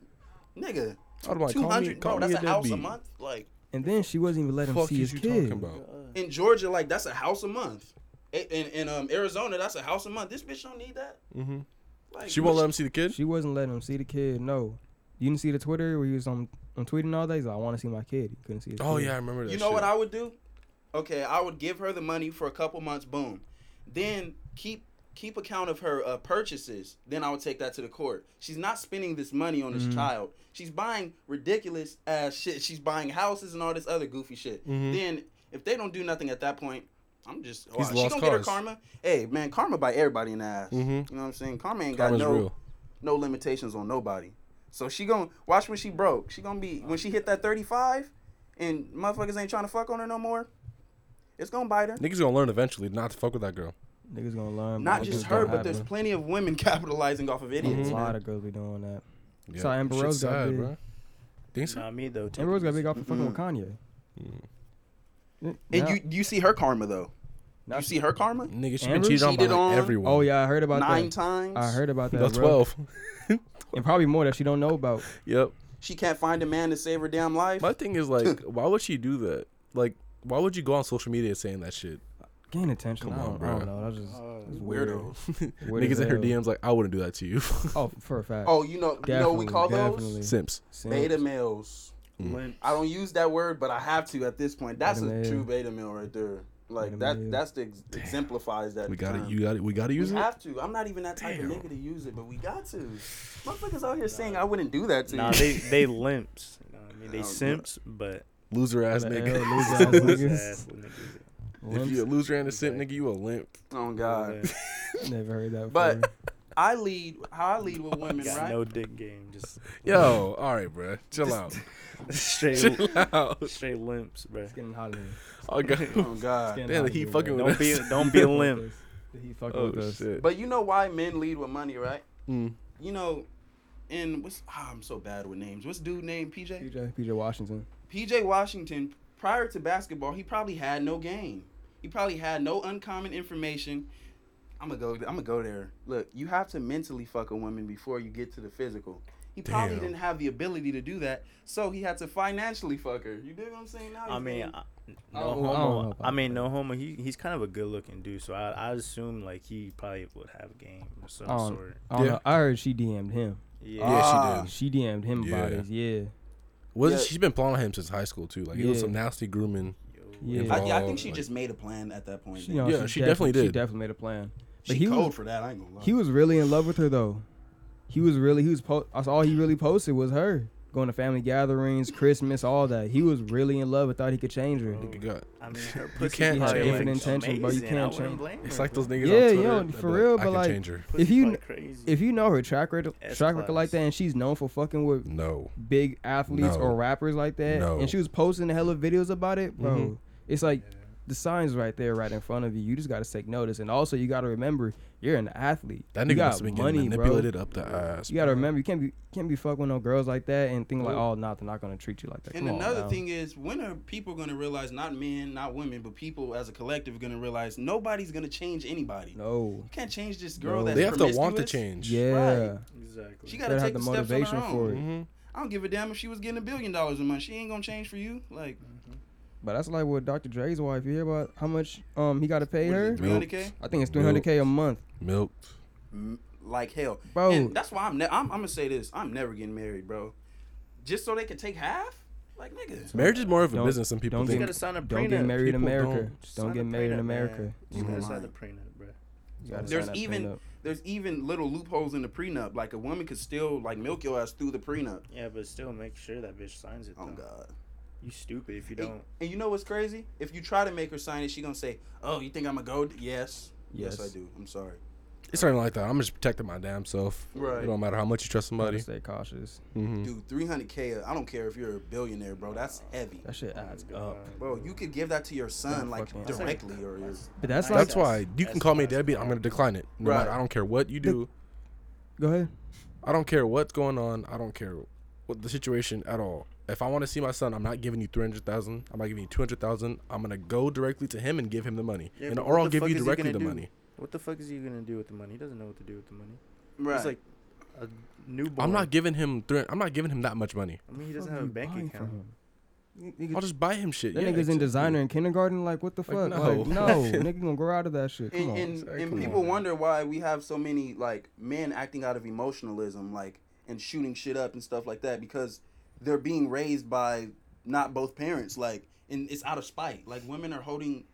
Speaker 4: nigga,
Speaker 2: I'd be like,
Speaker 4: two
Speaker 2: call me,
Speaker 4: hundred.
Speaker 2: call
Speaker 4: Bro,
Speaker 2: me
Speaker 4: that's a, house a
Speaker 2: deadbeat.
Speaker 4: month. Like
Speaker 3: And then she wasn't even letting him
Speaker 2: Fuck
Speaker 3: see
Speaker 2: is
Speaker 3: his
Speaker 2: you
Speaker 3: kid.
Speaker 2: talking about?
Speaker 4: in Georgia, like that's a house a month. In in, in, um Arizona, that's a house a month. This bitch don't need that.
Speaker 2: Mhm.
Speaker 4: Like,
Speaker 2: She won't
Speaker 4: what
Speaker 2: let him see the kid.
Speaker 3: She wasn't letting him see the kid. No, you didn't see the Twitter where he was on on tweeting all day. He's like, I want to see my kid. He couldn't see. His
Speaker 2: Oh
Speaker 3: kid.
Speaker 2: yeah, I remember that.
Speaker 4: You know what
Speaker 2: shit.
Speaker 4: I would do? Okay, I would give her the money for a couple months. Boom. Then keep keep account of her uh, purchases. Then I would take that to the court. She's not spending this money on this
Speaker 2: Mm-hmm.
Speaker 4: child. She's buying ridiculous ass shit. She's buying houses and all this other goofy shit.
Speaker 2: Mm-hmm.
Speaker 4: Then if they don't do nothing at that point, I'm just oh,
Speaker 2: He's
Speaker 4: she
Speaker 2: lost
Speaker 4: gonna get her
Speaker 2: cause.
Speaker 4: karma. Hey man, karma by everybody in the ass. You know what I'm saying? Karma ain't
Speaker 2: Karma's
Speaker 4: got no
Speaker 2: real.
Speaker 4: no limitations on nobody. So she gonna watch when she broke. She gonna be when she hit that 35, and motherfuckers ain't trying to fuck on her no more. It's gonna bite her.
Speaker 2: Niggas gonna learn eventually not to fuck with that girl.
Speaker 3: niggas gonna learn.
Speaker 4: Not
Speaker 3: bro.
Speaker 4: just
Speaker 3: Niggas
Speaker 4: her,
Speaker 3: gonna Mm-hmm.
Speaker 4: but there's
Speaker 3: happen.
Speaker 4: plenty of women (laughs) capitalizing off of idiots.
Speaker 3: a
Speaker 4: man.
Speaker 3: lot of girls be doing that.
Speaker 2: Mm. Yeah.
Speaker 3: So Amber
Speaker 2: Shit's
Speaker 3: Rose got
Speaker 2: sad,
Speaker 3: big.
Speaker 2: bro. Think so?
Speaker 1: Not me though.
Speaker 3: And Rose got big off of fucking with Kanye.
Speaker 2: Mm.
Speaker 4: And
Speaker 3: Now-
Speaker 4: Mm. you you see her karma though.
Speaker 3: now
Speaker 4: you
Speaker 3: she-
Speaker 4: see her karma
Speaker 2: Nigga, she been
Speaker 3: Amber?
Speaker 2: cheated on by
Speaker 4: Cheated
Speaker 2: like,
Speaker 4: on?
Speaker 2: everyone.
Speaker 3: Oh yeah, I heard about
Speaker 4: nine
Speaker 3: that.
Speaker 4: times.
Speaker 3: I heard about that.
Speaker 2: no
Speaker 3: bro.
Speaker 2: twelve. (laughs)
Speaker 3: and probably more that she don't know about.
Speaker 2: yep.
Speaker 4: she can't find a man to save her damn life.
Speaker 2: My thing is
Speaker 4: (laughs)
Speaker 2: like, why would she do that? Like, why would you go on social media saying that shit? (laughs)
Speaker 3: Gain attention.
Speaker 2: Come
Speaker 3: I,
Speaker 2: on,
Speaker 3: don't, I
Speaker 2: bro.
Speaker 3: don't know. That's just
Speaker 2: Uh,
Speaker 3: that's weird.
Speaker 4: Weirdo.
Speaker 3: Weird as
Speaker 2: Niggas in her
Speaker 3: hell.
Speaker 2: DMs like, I wouldn't do that to you. (laughs)
Speaker 3: Oh, for a fact.
Speaker 4: Oh, you know you know what we
Speaker 3: Definitely,
Speaker 4: call
Speaker 3: definitely.
Speaker 4: those
Speaker 2: Simps.
Speaker 3: Sam,
Speaker 4: beta males. Mm. I don't use that word, but I have to at this point. That's
Speaker 3: Beta
Speaker 4: a
Speaker 3: male.
Speaker 4: true beta male right there. Like
Speaker 3: Beta
Speaker 4: that
Speaker 3: male.
Speaker 4: that's the ex- exemplifies that.
Speaker 2: We got
Speaker 4: term.
Speaker 2: to You got to We got to use
Speaker 4: we
Speaker 2: it.
Speaker 4: have to. I'm not even that type
Speaker 2: Damn.
Speaker 4: of nigga to use it, but we got to. Motherfuckers out here saying I wouldn't do that to
Speaker 1: Nah,
Speaker 4: you.
Speaker 1: they they limps. You know what I mean,
Speaker 4: Oh,
Speaker 1: they
Speaker 4: God.
Speaker 1: simps, but
Speaker 2: Loser ass
Speaker 3: What the
Speaker 2: nigga. (laughs)
Speaker 3: hell, loser ass
Speaker 1: those
Speaker 3: niggas.
Speaker 1: ass niggas.
Speaker 2: If
Speaker 3: Limps?
Speaker 2: you a loser and a simp, nigga, you a limp.
Speaker 4: (laughs) oh God.
Speaker 3: Never heard that.
Speaker 4: But
Speaker 3: before.
Speaker 4: I lead. How I lead with women,
Speaker 1: Got
Speaker 4: (laughs) right?
Speaker 1: no dick game, just
Speaker 2: Yo, all right, bro. Chill out.
Speaker 1: straight
Speaker 2: (laughs) Chill out.
Speaker 1: (laughs) straight limps, bro.
Speaker 3: it's getting
Speaker 4: (laughs)
Speaker 3: hot in here.
Speaker 2: Oh
Speaker 4: Oh
Speaker 2: god.
Speaker 4: God.
Speaker 2: (laughs)
Speaker 3: Skin
Speaker 2: Damn,
Speaker 3: hot
Speaker 2: he
Speaker 3: in
Speaker 2: fucking
Speaker 3: here,
Speaker 1: Don't
Speaker 2: with
Speaker 1: be
Speaker 2: us.
Speaker 1: don't
Speaker 2: (laughs)
Speaker 1: be a
Speaker 3: bro.
Speaker 1: limp.
Speaker 3: He fucking with
Speaker 2: Oh
Speaker 3: us.
Speaker 2: shit.
Speaker 4: But you know why men lead with money, right?
Speaker 2: Mm.
Speaker 4: You know, and what's ah, I'm so bad with names. What's dude named PJ?
Speaker 3: PJ, PJ Washington.
Speaker 4: PJ Washington. Prior to basketball, he probably had no game. He probably had no uncommon information. I'm gonna go. I'm gonna go there. Look, you have to mentally fuck a woman before you get to the physical. He probably
Speaker 2: Damn.
Speaker 4: didn't have the ability to do that, so he had to financially fuck her. You dig what I'm saying? Now
Speaker 1: I
Speaker 4: he's
Speaker 1: mean,
Speaker 4: getting-
Speaker 1: I, no
Speaker 4: I don't- I
Speaker 3: don't know
Speaker 1: homo.
Speaker 3: about
Speaker 1: I, mean, no homo. He he's kind of a good looking dude, so I I assume like he probably would have game of some
Speaker 3: I don't,
Speaker 1: sort.
Speaker 3: I don't
Speaker 2: Yeah.
Speaker 3: know. I heard she DM'd him.
Speaker 1: Yeah.
Speaker 2: Yeah,
Speaker 4: Ah.
Speaker 2: she did.
Speaker 3: She DM'd him about
Speaker 2: Yeah.
Speaker 3: it. Yeah.
Speaker 2: Was
Speaker 4: Yeah.
Speaker 2: she's been plotting on him since high school too? Like it was
Speaker 3: Yeah.
Speaker 2: some nasty grooming.
Speaker 3: Yeah.
Speaker 4: I, yeah, I think she
Speaker 2: Like-
Speaker 4: just made a plan at that point.
Speaker 3: She,
Speaker 4: She,
Speaker 3: you know,
Speaker 2: Yeah, she definitely
Speaker 3: She
Speaker 2: did.
Speaker 3: definitely made a plan.
Speaker 4: she
Speaker 3: he was-
Speaker 4: cold for that. I ain't gonna lie.
Speaker 3: He was really in love with her though. He was really he was po- that's all he really posted was her going to family gatherings, Christmas, all that. He was really in love and thought he could change her.
Speaker 2: Nigga got.
Speaker 1: I mean, her
Speaker 2: You
Speaker 1: pussy
Speaker 2: can't
Speaker 1: probably,
Speaker 2: change
Speaker 1: like,
Speaker 2: it.
Speaker 3: Intention, bro, you
Speaker 1: amazing.
Speaker 3: can't
Speaker 1: I wouldn't
Speaker 3: change it.
Speaker 1: blame
Speaker 2: It's
Speaker 1: her,
Speaker 2: like those
Speaker 1: bro.
Speaker 2: niggas
Speaker 3: Yeah,
Speaker 2: on
Speaker 3: yo,
Speaker 2: Twitter.
Speaker 3: for
Speaker 2: that be
Speaker 3: real,
Speaker 2: I
Speaker 3: but
Speaker 2: can
Speaker 3: like-
Speaker 2: change her.
Speaker 1: Pussy
Speaker 3: if you
Speaker 1: probably
Speaker 3: kn-
Speaker 1: crazy.
Speaker 3: If you know her track record,
Speaker 1: S
Speaker 3: track record
Speaker 1: class.
Speaker 3: like that, and she's known for fucking with
Speaker 2: No.
Speaker 3: big athletes
Speaker 2: No.
Speaker 3: or rappers like that,
Speaker 2: No.
Speaker 3: and she was posting hella videos about it, bro.
Speaker 4: Mm-hmm.
Speaker 2: Mhm.
Speaker 3: It's like the signs right there, right in front of you. You just gotta take notice, and also you gotta remember you're an athlete.
Speaker 2: That
Speaker 3: you
Speaker 2: nigga must
Speaker 3: got
Speaker 2: have been
Speaker 3: money,
Speaker 2: getting
Speaker 3: bro.
Speaker 2: manipulated up the ass.
Speaker 3: You gotta
Speaker 2: bro.
Speaker 3: remember you can't be can't be fucking with no girls like that and think like, oh, nah, they're not gonna treat you like that.
Speaker 4: And
Speaker 3: Come on
Speaker 4: another
Speaker 3: now.
Speaker 4: thing is, when are people going to realize, not men, not women, but people as a collective going to realize nobody's going to change anybody?
Speaker 3: no,
Speaker 4: You can't change this girl
Speaker 3: No.
Speaker 4: that's
Speaker 2: They have to want to
Speaker 4: promiscuous.
Speaker 2: change.
Speaker 3: yeah,
Speaker 1: Exactly.
Speaker 4: She
Speaker 1: She
Speaker 4: got
Speaker 3: Gotta
Speaker 4: to
Speaker 3: have
Speaker 4: take
Speaker 3: the
Speaker 4: the, steps on her
Speaker 3: motivation
Speaker 4: own.
Speaker 3: for it.
Speaker 2: hmm
Speaker 4: I don't give a damn if she was getting a billion dollars a month. She ain't going to change for you. Like,
Speaker 3: but that's like with Dr. Dre's wife. You hear about how much um he gotta pay
Speaker 4: what
Speaker 3: her?
Speaker 4: is it, 300K?
Speaker 3: I think it's
Speaker 2: Nope.
Speaker 3: 300k a month.
Speaker 2: Milk.
Speaker 4: Mm, Like hell.
Speaker 3: Bro.
Speaker 4: And that's why I'm, ne- I'm, I'm going to say this. I'm never getting married, bro. Just so they can take half? Like, niggas.
Speaker 2: Marriage is more of a
Speaker 3: Don't-
Speaker 2: business than people
Speaker 3: don't
Speaker 2: think.
Speaker 1: gotta sign a prenup.
Speaker 3: Don't get married in
Speaker 2: people
Speaker 3: America.
Speaker 2: don't
Speaker 3: Just
Speaker 1: Sign
Speaker 3: don't
Speaker 1: a
Speaker 3: get married in
Speaker 1: prenup, man.
Speaker 3: America.
Speaker 1: You gotta sign
Speaker 4: Mhm.
Speaker 1: the prenup, bro.
Speaker 3: You gotta
Speaker 4: There's
Speaker 3: sign that
Speaker 4: even
Speaker 3: prenup.
Speaker 4: there's even little loopholes in the prenup. Like a woman could still like milk your ass through the prenup.
Speaker 1: Yeah, but still make sure that bitch signs it.
Speaker 4: Oh
Speaker 1: though.
Speaker 4: God.
Speaker 1: You stupid if you
Speaker 4: And-
Speaker 1: don't.
Speaker 4: And you know what's crazy? If you try to make her sign it, she gonna say, "Oh, you think I'm a go?" Yes. yes,
Speaker 3: Yes.
Speaker 4: I do. I'm sorry.
Speaker 2: It's not even like that. I'm just protecting my damn self.
Speaker 4: Right.
Speaker 2: It don't matter how much you trust
Speaker 3: Gotta
Speaker 2: somebody.
Speaker 3: Stay cautious.
Speaker 2: hmm
Speaker 4: Dude, 300k. I don't care if you're a billionaire, bro. That's heavy.
Speaker 3: That shit adds up.
Speaker 1: uh,
Speaker 4: Bro, you could give that to your son
Speaker 3: Yeah,
Speaker 4: like
Speaker 3: fucking- That's
Speaker 1: like-
Speaker 4: directly or your
Speaker 3: But that's like
Speaker 2: That's why you can call me Debbie. I'm gonna decline it. No
Speaker 4: Right.
Speaker 2: matter, I don't care what you do.
Speaker 3: go ahead.
Speaker 2: I don't care what's going on. I don't care what the situation at all. If I want to see my son, I'm not giving you three hundred thousand. I'm not giving you two hundred thousand. I'm gonna go directly to him and give him the money,
Speaker 1: Yeah,
Speaker 2: and
Speaker 1: but
Speaker 2: or
Speaker 1: what
Speaker 2: I'll
Speaker 1: the
Speaker 2: give
Speaker 1: fuck
Speaker 2: you
Speaker 1: is he
Speaker 2: directly
Speaker 1: gonna
Speaker 2: the
Speaker 1: do?
Speaker 2: money.
Speaker 1: What the fuck is he gonna do with the money? He doesn't know what to do with the money.
Speaker 4: right.
Speaker 1: He's like a newborn.
Speaker 2: I'm not giving him three. I'm not giving him that much money.
Speaker 1: I mean, he doesn't
Speaker 3: Fuck
Speaker 1: have a
Speaker 3: you buying
Speaker 1: bank
Speaker 3: from
Speaker 1: account.
Speaker 3: him? N- nigga,
Speaker 2: I'll just buy him shit.
Speaker 3: that
Speaker 2: Oh, Yeah,
Speaker 3: nigga's in
Speaker 2: exactly.
Speaker 3: designer in kindergarten. Like what the
Speaker 2: Like,
Speaker 3: fuck? Like,
Speaker 2: no.
Speaker 3: no, nigga gonna grow out of that shit. Come
Speaker 4: and
Speaker 3: on.
Speaker 4: and,
Speaker 2: sorry,
Speaker 4: and
Speaker 2: come
Speaker 4: people
Speaker 2: on.
Speaker 4: wonder why we have so many like men acting out of emotionalism, like and shooting shit up and stuff like that because they're being raised by not both parents, like and it's out of spite. Like women are holding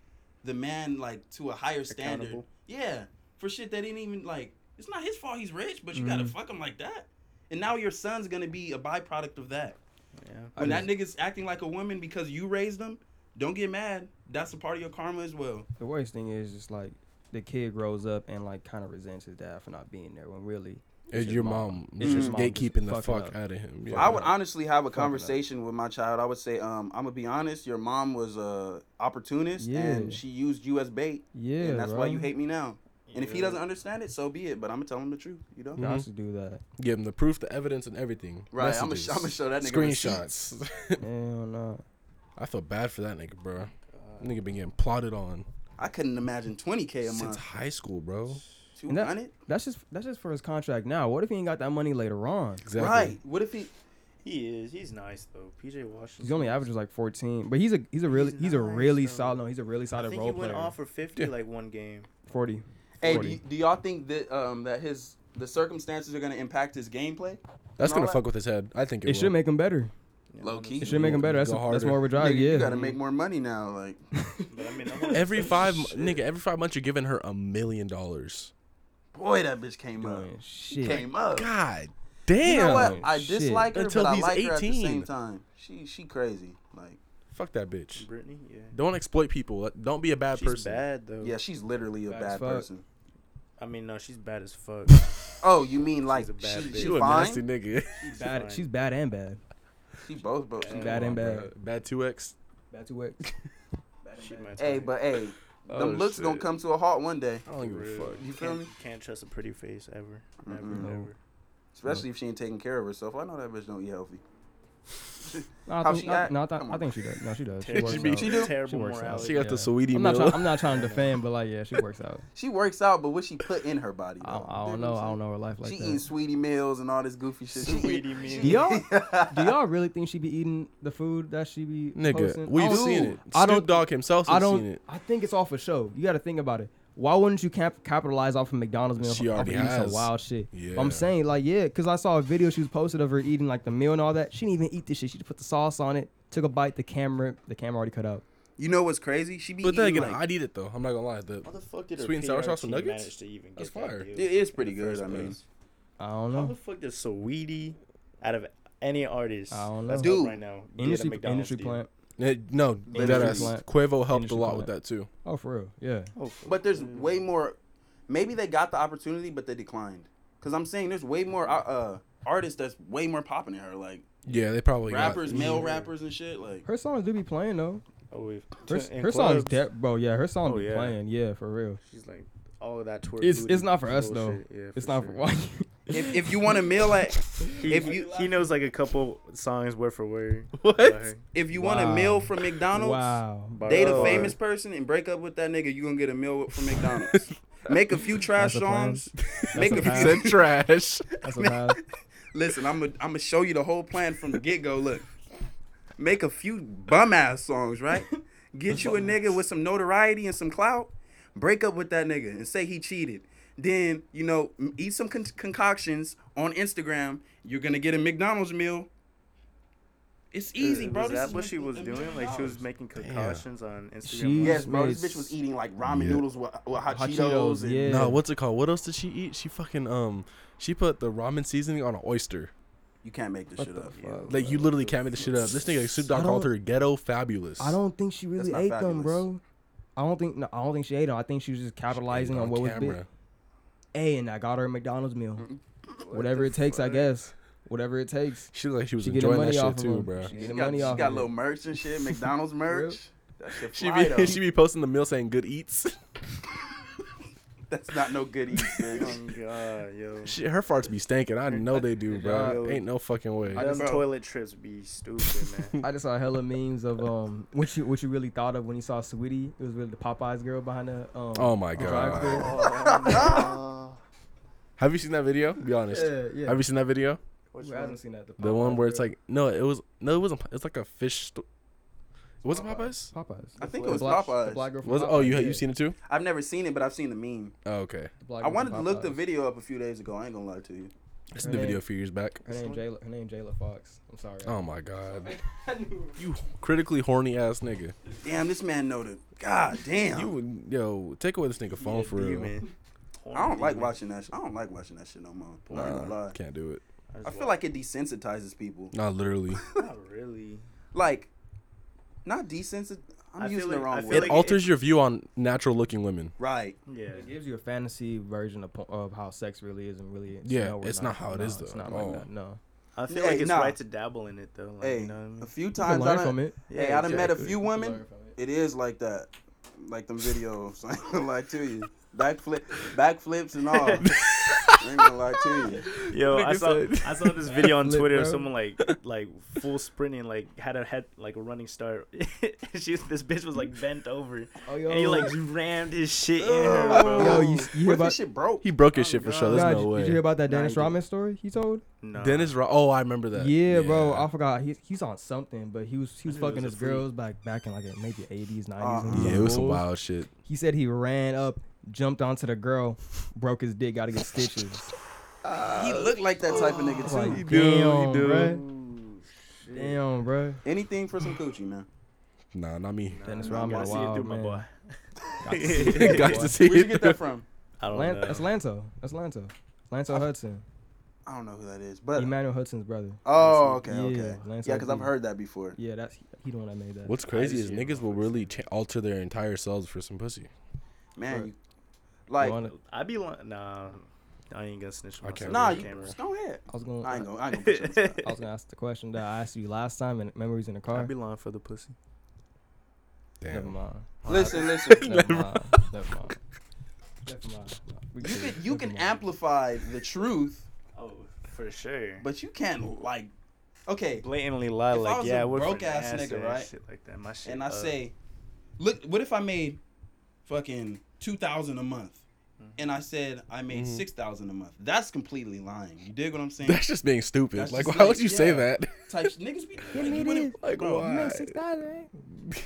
Speaker 4: the man like to a higher standard.
Speaker 1: Accountable.
Speaker 4: Yeah, for shit that didn't even like. It's not his fault he's rich, but you gotta fuck him like that. And now your son's gonna be a byproduct of that.
Speaker 1: Yeah.
Speaker 4: When that nigga's acting like a woman because you raised him, don't get mad. That's a part of your karma as well.
Speaker 3: The worst thing is just like the kid grows up and like kind of resents his dad for not being there when really
Speaker 2: It's
Speaker 3: his
Speaker 2: your mom.
Speaker 3: It's his
Speaker 2: just
Speaker 3: mom just
Speaker 2: gatekeeping the
Speaker 3: fucking
Speaker 2: fuck
Speaker 3: up.
Speaker 2: out of him. Yeah.
Speaker 4: I would honestly have a
Speaker 3: Fuck that.
Speaker 4: conversation with my child. I would say, um, I'm gonna be honest. Your mom was a opportunist,
Speaker 3: Yeah.
Speaker 4: and she used you as bait,
Speaker 3: Yeah,
Speaker 4: and that's why
Speaker 3: bro.
Speaker 4: you hate me now. And if he
Speaker 1: Yeah.
Speaker 4: doesn't understand it, so be it. But I'm gonna tell him the truth, you know.
Speaker 3: Y'all should do that.
Speaker 2: give him the proof, the evidence, and everything.
Speaker 4: Right, I'ma sh-
Speaker 2: Messages,
Speaker 4: I'ma show that nigga
Speaker 2: screenshots.
Speaker 3: Hell no.
Speaker 2: I feel bad for that nigga,
Speaker 4: Uh,
Speaker 2: bro. That nigga been getting plotted on
Speaker 4: I couldn't imagine 20k a
Speaker 2: since
Speaker 4: month,
Speaker 2: high school, bro.
Speaker 3: And that-
Speaker 4: 200.
Speaker 3: That's just that's just for his contract now. What if he ain't got that money later on?
Speaker 2: Exactly.
Speaker 4: Right? What if he?
Speaker 1: He is. He's nice though. PJ Washington.
Speaker 3: He's only averages like fourteen, but he's a he's a really he's,
Speaker 1: He's
Speaker 3: a
Speaker 1: nice,
Speaker 3: really
Speaker 1: though.
Speaker 3: solid. No, he's a really
Speaker 1: I
Speaker 3: solid
Speaker 1: think
Speaker 3: role
Speaker 1: he went
Speaker 3: player.
Speaker 1: off for fifty like one game.
Speaker 3: Forty.
Speaker 4: Hey, do,
Speaker 3: 40.
Speaker 4: do y'all think that um that his the circumstances are gonna impact his gameplay?
Speaker 2: That's
Speaker 4: And all
Speaker 2: gonna
Speaker 4: that-
Speaker 2: fuck with his head. I think it,
Speaker 3: It should
Speaker 2: will.
Speaker 3: make him better.
Speaker 1: Yeah,
Speaker 4: Low key.
Speaker 3: It should make him better. That's
Speaker 2: Go
Speaker 3: that's
Speaker 2: harder.
Speaker 3: more of a drive.
Speaker 4: Nigga,
Speaker 3: yeah.
Speaker 4: You gotta make more money now,
Speaker 3: (laughs)
Speaker 4: like.
Speaker 1: But I mean, I wanna-
Speaker 2: (laughs) every five nigga, every five months you're giving her a million dollars.
Speaker 4: (laughs) Boy, that bitch came up.
Speaker 3: Doing shit.
Speaker 4: Came up.
Speaker 2: God damn.
Speaker 4: Uh, You know what?
Speaker 3: Damn,
Speaker 4: I
Speaker 3: shit.
Speaker 4: dislike her,
Speaker 2: Until
Speaker 4: but I
Speaker 2: he's
Speaker 4: like her at the
Speaker 2: 18.
Speaker 4: same time. She she crazy. Like
Speaker 2: Fuck that
Speaker 3: (laughs)
Speaker 2: bitch.
Speaker 1: Brittany, yeah.
Speaker 2: Don't exploit people. Don't be a bad
Speaker 1: She's
Speaker 2: person.
Speaker 1: bad though.
Speaker 4: yeah, she's literally a
Speaker 3: Bad as
Speaker 4: bad
Speaker 3: fuck.
Speaker 4: person.
Speaker 1: I mean, no, she's bad as fuck. (laughs)
Speaker 4: Oh, you mean like
Speaker 1: a bad
Speaker 4: she,
Speaker 1: bitch.
Speaker 4: she
Speaker 2: You a
Speaker 4: fine?
Speaker 2: nasty nigga.
Speaker 1: She's fine.
Speaker 3: Bad, she's bad and bad.
Speaker 4: She both both. She
Speaker 1: She's
Speaker 3: Bad
Speaker 4: both.
Speaker 3: and bad.
Speaker 2: Bruh, Bad two X.
Speaker 3: Bad to what?
Speaker 1: She my
Speaker 4: Hey,
Speaker 1: type.
Speaker 4: but hey,
Speaker 2: Oh,
Speaker 4: them looks gonna
Speaker 2: shit.
Speaker 4: come to a halt one day,
Speaker 2: I don't give a
Speaker 1: Real.
Speaker 2: fuck.
Speaker 4: You feel
Speaker 1: can't,
Speaker 4: me?
Speaker 1: Can't trust a pretty face ever. Never,
Speaker 4: Mm-mm.
Speaker 3: No.
Speaker 1: never.
Speaker 4: especially if she ain't taking care of herself. I know that bitch don't eat healthy.
Speaker 3: No, I
Speaker 4: How
Speaker 3: think,
Speaker 4: she
Speaker 3: no,
Speaker 4: act?
Speaker 3: no, I, th-
Speaker 4: Come
Speaker 3: I
Speaker 4: on.
Speaker 3: think she does. No, she does. (laughs)
Speaker 4: (laughs)
Speaker 3: She
Speaker 1: Terrible,
Speaker 3: works
Speaker 2: be-
Speaker 3: out.
Speaker 4: she do?
Speaker 1: Terrible
Speaker 3: She works out.
Speaker 1: morality. (laughs)
Speaker 2: She got the
Speaker 3: Yeah.
Speaker 2: sweetie
Speaker 3: I'm not,
Speaker 2: meal.
Speaker 3: try- I'm not trying to defend, but like, yeah, she
Speaker 4: (laughs)
Speaker 3: works out.
Speaker 4: She works out, but what she put in her body?
Speaker 3: I,
Speaker 4: though?
Speaker 3: I
Speaker 4: You
Speaker 3: don't
Speaker 4: dig
Speaker 3: know.
Speaker 4: what I'm
Speaker 3: I don't
Speaker 4: saying?
Speaker 3: know her life like
Speaker 4: she
Speaker 3: that.
Speaker 4: eating sweetie meals and all this goofy shit. She
Speaker 1: Sweetie
Speaker 4: eat-
Speaker 1: meal.
Speaker 4: she-
Speaker 3: Y'all-
Speaker 4: (laughs)
Speaker 3: Do y'all really think she be eating the food that she be
Speaker 2: (laughs) Nigga,
Speaker 3: posting? I
Speaker 2: we've
Speaker 3: don't-
Speaker 2: seen it.
Speaker 3: I
Speaker 2: Snoop
Speaker 3: don't-
Speaker 2: Dogg himself
Speaker 3: I
Speaker 2: has
Speaker 3: don't.
Speaker 2: seen it.
Speaker 3: I think it's off a show. You got to think about it. Why wouldn't you cap- capitalize off of McDonald's meal?
Speaker 2: She
Speaker 3: off of
Speaker 2: already
Speaker 3: eating some
Speaker 2: has.
Speaker 3: wild shit.
Speaker 2: Yeah.
Speaker 3: I'm saying like yeah, because I saw a video she was posted of her eating like the meal and all that. She didn't even eat this shit. She just put the sauce on it, took a bite. The camera, the camera already cut out.
Speaker 4: You know what's crazy? She be
Speaker 2: But then
Speaker 4: eating
Speaker 2: again,
Speaker 4: like,
Speaker 2: I'd eat it though. I'm not gonna lie. The,
Speaker 1: How the fuck did her
Speaker 2: Sweet and sour
Speaker 1: PR
Speaker 2: sauce
Speaker 1: team
Speaker 2: with nuggets?
Speaker 1: manage to even
Speaker 2: That's
Speaker 1: get that
Speaker 2: fire. Mm-hmm.
Speaker 1: deal
Speaker 4: it
Speaker 1: in
Speaker 4: is
Speaker 1: the
Speaker 4: pretty good.
Speaker 1: first
Speaker 4: I mean,
Speaker 1: place?
Speaker 3: I don't
Speaker 1: How the
Speaker 3: know.
Speaker 1: fuck does Saweetie, out of any artist,
Speaker 3: I don't
Speaker 1: that's
Speaker 3: know.
Speaker 1: up
Speaker 4: Dude,
Speaker 1: right now, get a
Speaker 3: Industry,
Speaker 1: McDonald's
Speaker 3: industry
Speaker 1: deal?
Speaker 3: plant.
Speaker 2: Eh, no,
Speaker 4: Industry
Speaker 2: that ass,
Speaker 3: plant.
Speaker 2: Quavo helped
Speaker 3: Industry
Speaker 2: a lot
Speaker 3: plant.
Speaker 2: with that too.
Speaker 3: Oh, for real? Yeah.
Speaker 1: Oh, fuck.
Speaker 4: But there's
Speaker 3: Mm-hmm.
Speaker 4: way more. Maybe they got the opportunity, but they declined. Cause I'm saying there's way more uh, uh artists that's way more popping than her, like
Speaker 2: Yeah, they probably
Speaker 4: rappers,
Speaker 2: Got,
Speaker 3: Mm-hmm.
Speaker 4: male rappers and shit. Like
Speaker 3: (laughs) Her songs do be playing though.
Speaker 1: Oh, if,
Speaker 3: Her,
Speaker 1: in
Speaker 3: her
Speaker 1: clubs,
Speaker 3: songs, de- bro. Yeah, her song
Speaker 1: Oh,
Speaker 3: be
Speaker 1: yeah.
Speaker 3: playing. Yeah, for real.
Speaker 1: She's like all of that twerk.
Speaker 3: It's
Speaker 1: booty
Speaker 3: it's not for us though.
Speaker 1: bullshit. Yeah,
Speaker 3: it's not
Speaker 1: sure.
Speaker 3: for (laughs) why.
Speaker 4: if, if you want a meal at
Speaker 1: He,
Speaker 4: If you-
Speaker 1: he knows like a couple songs word for word.
Speaker 2: (laughs) What?
Speaker 1: about her.
Speaker 4: if you want a
Speaker 3: Wow.
Speaker 4: meal from McDonald's,
Speaker 3: wow.
Speaker 1: Bar-
Speaker 4: date a
Speaker 1: bar.
Speaker 4: famous person and break up with that nigga, you gonna get a meal from
Speaker 3: (laughs)
Speaker 4: McDonald's. Make a few trash
Speaker 3: That's a plan.
Speaker 4: songs. Make
Speaker 3: a
Speaker 4: a
Speaker 3: (laughs) plan.
Speaker 4: few.
Speaker 2: Said (laughs) trash.
Speaker 3: That's a
Speaker 1: (laughs)
Speaker 3: vibe.
Speaker 4: Listen, I'm gonna I'm show you the whole plan from the get go. Look, make a few bum ass songs, right? Get you a nigga with some notoriety and some clout. Break up with that nigga and say he cheated. Then you know, m- eat some con- concoctions on Instagram. You're gonna get a McDonald's meal. It's easy,
Speaker 1: Uh,
Speaker 4: bro.
Speaker 1: Was
Speaker 4: This
Speaker 1: that
Speaker 4: is
Speaker 1: what she
Speaker 4: making
Speaker 1: was
Speaker 4: a
Speaker 1: doing?
Speaker 4: million
Speaker 1: Like she was
Speaker 4: dollars.
Speaker 1: making concoctions on Instagram.
Speaker 3: She-
Speaker 1: Live?
Speaker 4: Yes, bro. This
Speaker 3: made
Speaker 4: bitch was eating like ramen
Speaker 2: Yeah.
Speaker 4: noodles with, with hot,
Speaker 3: Hot
Speaker 4: Cheetos.
Speaker 3: Cheetos,
Speaker 4: and,
Speaker 3: yeah.
Speaker 2: No, what's it called? What else did she eat? She fucking um, she put the ramen seasoning on an oyster.
Speaker 4: You can't make this
Speaker 3: What
Speaker 4: shit
Speaker 3: the
Speaker 4: up.
Speaker 3: fuck?
Speaker 2: Like you literally can't make this shit up. This nigga like, Snoop
Speaker 3: I
Speaker 2: Dogg
Speaker 3: don't-
Speaker 2: called her ghetto fabulous.
Speaker 3: I don't think she really
Speaker 4: not
Speaker 3: ate them,
Speaker 4: fabulous.
Speaker 3: bro. I don't think no, I don't think she ate them. I think she was just capitalizing on what was big. Hey, and I got her a McDonald's meal.
Speaker 2: Mm-hmm.
Speaker 3: Whatever it takes, I guess. Whatever it takes.
Speaker 2: She looked like she was
Speaker 3: She getting
Speaker 2: enjoying
Speaker 3: money
Speaker 2: that shit
Speaker 3: off of
Speaker 2: too,
Speaker 3: him.
Speaker 2: bro.
Speaker 3: She
Speaker 4: She
Speaker 3: getting
Speaker 4: got,
Speaker 3: money
Speaker 4: she
Speaker 3: off.
Speaker 4: got
Speaker 3: of
Speaker 4: little
Speaker 3: it.
Speaker 4: merch and shit, McDonald's merch. That shit
Speaker 2: She
Speaker 4: fly, though.
Speaker 2: be (laughs) she be posting the meal saying good eats. (laughs)
Speaker 4: That's not no good
Speaker 3: (laughs)
Speaker 4: Um, eats, bitch.
Speaker 1: Oh god, yo.
Speaker 2: (laughs) She, her farts be stinking. I know they do, bro.
Speaker 1: Yo.
Speaker 2: Ain't no fucking way.
Speaker 1: Them
Speaker 4: bro.
Speaker 1: toilet trips be stupid,
Speaker 3: (laughs)
Speaker 1: man.
Speaker 3: I just saw hella memes of um (laughs) what you what you really thought of when you saw Sweetie. It was really the Popeyes girl behind the um
Speaker 2: Oh my
Speaker 3: drive
Speaker 2: god. Have you seen that video? Be honest.
Speaker 3: Yeah, yeah. Oh
Speaker 2: Have you seen that video?
Speaker 4: Oh,
Speaker 1: Which
Speaker 3: I haven't
Speaker 1: one?
Speaker 3: seen that.
Speaker 2: The one
Speaker 3: Popeyes
Speaker 2: where it's
Speaker 3: girl.
Speaker 2: like no, it was no, it wasn't. It's like a fish. Sto- was it Popeyes?
Speaker 3: Popeyes.
Speaker 4: I think
Speaker 3: The
Speaker 4: it was
Speaker 3: black-
Speaker 4: Popeyes.
Speaker 3: The black girl from
Speaker 2: Was it? Oh,
Speaker 3: Popeyes,
Speaker 2: you
Speaker 3: yeah.
Speaker 2: you seen it too?
Speaker 4: I've never seen it, but I've seen the meme.
Speaker 2: Oh, okay.
Speaker 3: The black
Speaker 4: I
Speaker 3: girl
Speaker 4: wanted to
Speaker 3: from
Speaker 4: look the
Speaker 3: Popeyes.
Speaker 4: video up a few days ago. I ain't gonna lie to you.
Speaker 2: I seen the
Speaker 3: Her
Speaker 2: video a
Speaker 3: name-
Speaker 2: few years back.
Speaker 3: Her name Jayla. Her name Jayla Fox. I'm sorry.
Speaker 2: Oh my god,
Speaker 3: I knew.
Speaker 2: you critically horny ass nigga.
Speaker 4: Damn, this man know the. God damn.
Speaker 2: You would yo take away this nigga phone for
Speaker 1: You,
Speaker 2: real.
Speaker 1: man.
Speaker 4: I don't like
Speaker 1: Horny,
Speaker 4: watching that. Sh- I don't like watching that shit no more. I'm not gonna
Speaker 2: Nah,
Speaker 4: lie.
Speaker 2: can't do it.
Speaker 1: man.
Speaker 4: I feel like it desensitizes people.
Speaker 2: Nah, literally.
Speaker 1: not really.
Speaker 4: Like, not desensitized. I'm
Speaker 1: I feel
Speaker 4: using the
Speaker 1: like- I
Speaker 4: wrong
Speaker 1: feel
Speaker 4: word.
Speaker 1: like-
Speaker 2: it alters your view on natural looking women.
Speaker 4: right.
Speaker 1: Yeah.
Speaker 3: It gives you a fantasy version of, po- of how sex really is and really is.
Speaker 2: Yeah,
Speaker 3: No, we're
Speaker 2: it's not how it
Speaker 3: no,
Speaker 2: is,
Speaker 3: It's
Speaker 2: though.
Speaker 3: not
Speaker 2: Oh.
Speaker 3: like that. No.
Speaker 1: I feel
Speaker 4: Hey,
Speaker 1: like it's
Speaker 4: nah.
Speaker 1: right to dabble in it though. Like,
Speaker 4: Hey,
Speaker 1: you know what I
Speaker 4: (laughs)
Speaker 1: mean?
Speaker 4: a few
Speaker 3: You can
Speaker 4: times I
Speaker 3: learn
Speaker 4: done,
Speaker 3: from it.
Speaker 4: hey,
Speaker 1: Yeah,
Speaker 4: I done met a
Speaker 1: exactly.
Speaker 4: few
Speaker 3: learn
Speaker 4: women.
Speaker 3: from it.
Speaker 4: It is like that, like them videos. (laughs) I ain't gonna lie to you. Backflip, backflips
Speaker 1: (laughs)
Speaker 4: and all. I ain't gonna lie to you.
Speaker 1: Yo, I
Speaker 2: Nigga
Speaker 1: saw
Speaker 2: said-
Speaker 1: I saw this video on
Speaker 3: Flip,
Speaker 1: Twitter of
Speaker 3: bro.
Speaker 1: someone like like full sprinting, like had a head like a running start. (laughs) she was- this bitch was like bent over,
Speaker 3: Oh,
Speaker 1: and he
Speaker 3: yo.
Speaker 1: like rammed his shit in her, bro.
Speaker 3: Yo, you- you
Speaker 4: What
Speaker 3: hear
Speaker 4: if
Speaker 3: about-
Speaker 4: this shit broke?
Speaker 2: He broke his
Speaker 4: Oh
Speaker 2: shit for
Speaker 4: God.
Speaker 2: sure. There's
Speaker 3: Nah,
Speaker 2: no
Speaker 3: did,
Speaker 2: way.
Speaker 3: did you hear about that Dennis
Speaker 4: Nah, I
Speaker 3: Rodman story he told?
Speaker 1: No.
Speaker 2: Dennis Ro- Oh, I remember that.
Speaker 3: yeah, bro. I forgot. He, he's on something, but he was he was
Speaker 1: I knew it
Speaker 3: fucking
Speaker 1: was
Speaker 3: his
Speaker 1: a freak.
Speaker 3: girls back back in like the- maybe 80s, 90s.
Speaker 4: Uh-uh.
Speaker 3: when he
Speaker 2: Ah, Yeah, it was some
Speaker 3: old.
Speaker 2: wild shit.
Speaker 3: He said he ran up, jumped onto the girl, broke his dick, got to get stitches.
Speaker 2: (laughs)
Speaker 4: He looked like that type of nigga too.
Speaker 3: like,
Speaker 2: do, you
Speaker 3: damn,
Speaker 2: do.
Speaker 3: bruh.
Speaker 1: Ooh, shit.
Speaker 3: Damn, bruh.
Speaker 4: Anything for some coochie, man. (laughs)
Speaker 2: Nah, not me.
Speaker 3: Dennis
Speaker 1: I gotta
Speaker 3: Rodman,
Speaker 1: see it through
Speaker 3: wild
Speaker 1: my
Speaker 3: man.
Speaker 1: boy.
Speaker 3: Got to see
Speaker 2: (laughs)
Speaker 3: it.
Speaker 2: Got to see
Speaker 4: Where'd you
Speaker 2: it.
Speaker 4: get that from?
Speaker 1: I don't
Speaker 2: Oh,
Speaker 3: Lan-
Speaker 1: know.
Speaker 3: that's Lanto. That's Lanto. Lanto Hudson.
Speaker 4: I don't know who that is, but
Speaker 3: Emmanuel Hudson's brother.
Speaker 4: oh, okay,
Speaker 3: Yeah,
Speaker 4: okay,
Speaker 3: Lance
Speaker 4: yeah, because I've
Speaker 3: Arthur.
Speaker 4: heard that before.
Speaker 3: Yeah, that's he the one that made that.
Speaker 2: What's crazy is
Speaker 1: see it,
Speaker 2: niggas will really cha- alter their entire selves for some pussy.
Speaker 4: Man,
Speaker 3: Right.
Speaker 4: you, like,
Speaker 3: Wanna-
Speaker 1: I be li- nah. I ain't gonna snitch.
Speaker 2: I can't
Speaker 1: myself
Speaker 4: nah,
Speaker 1: on
Speaker 4: you,
Speaker 1: camera.
Speaker 4: just go ahead.
Speaker 3: I was going.
Speaker 4: I ain't
Speaker 3: I,
Speaker 4: gonna, I
Speaker 1: (laughs)
Speaker 4: ain't (laughs) gonna put you on the
Speaker 3: I was going to ask the question that I asked you last time in memories in the
Speaker 1: I
Speaker 3: car.
Speaker 1: be lying for the pussy.
Speaker 3: Never
Speaker 2: Damn.
Speaker 3: mind.
Speaker 4: spot. Listen, listen.
Speaker 3: Never mind. Never mind. Never mind.
Speaker 4: You
Speaker 3: We good.
Speaker 4: can you
Speaker 3: Never
Speaker 4: can
Speaker 3: mind.
Speaker 4: amplify the truth,
Speaker 1: Oh, for sure.
Speaker 4: but you can't like, okay.
Speaker 1: blatantly lie
Speaker 4: If I
Speaker 1: like
Speaker 4: was
Speaker 1: yeah,
Speaker 4: a
Speaker 1: we're
Speaker 4: broke ass nigga, right?
Speaker 1: Shit like that. My shit.
Speaker 4: And I
Speaker 1: up.
Speaker 4: say, look, what if I made fucking two thousand a month, and I said I made
Speaker 2: Mhm.
Speaker 4: thousand a month? That's completely lying. You dig what I'm saying?
Speaker 2: That's just being stupid.
Speaker 4: That's
Speaker 2: like,
Speaker 4: just
Speaker 2: why would
Speaker 4: like,
Speaker 2: you say
Speaker 4: yeah.
Speaker 2: that? (laughs)
Speaker 4: Type niggas be
Speaker 3: Yeah, me
Speaker 4: niggas wanna-
Speaker 3: it is.
Speaker 2: like,
Speaker 4: Bro,
Speaker 3: You
Speaker 2: why?
Speaker 3: made six thousand, right?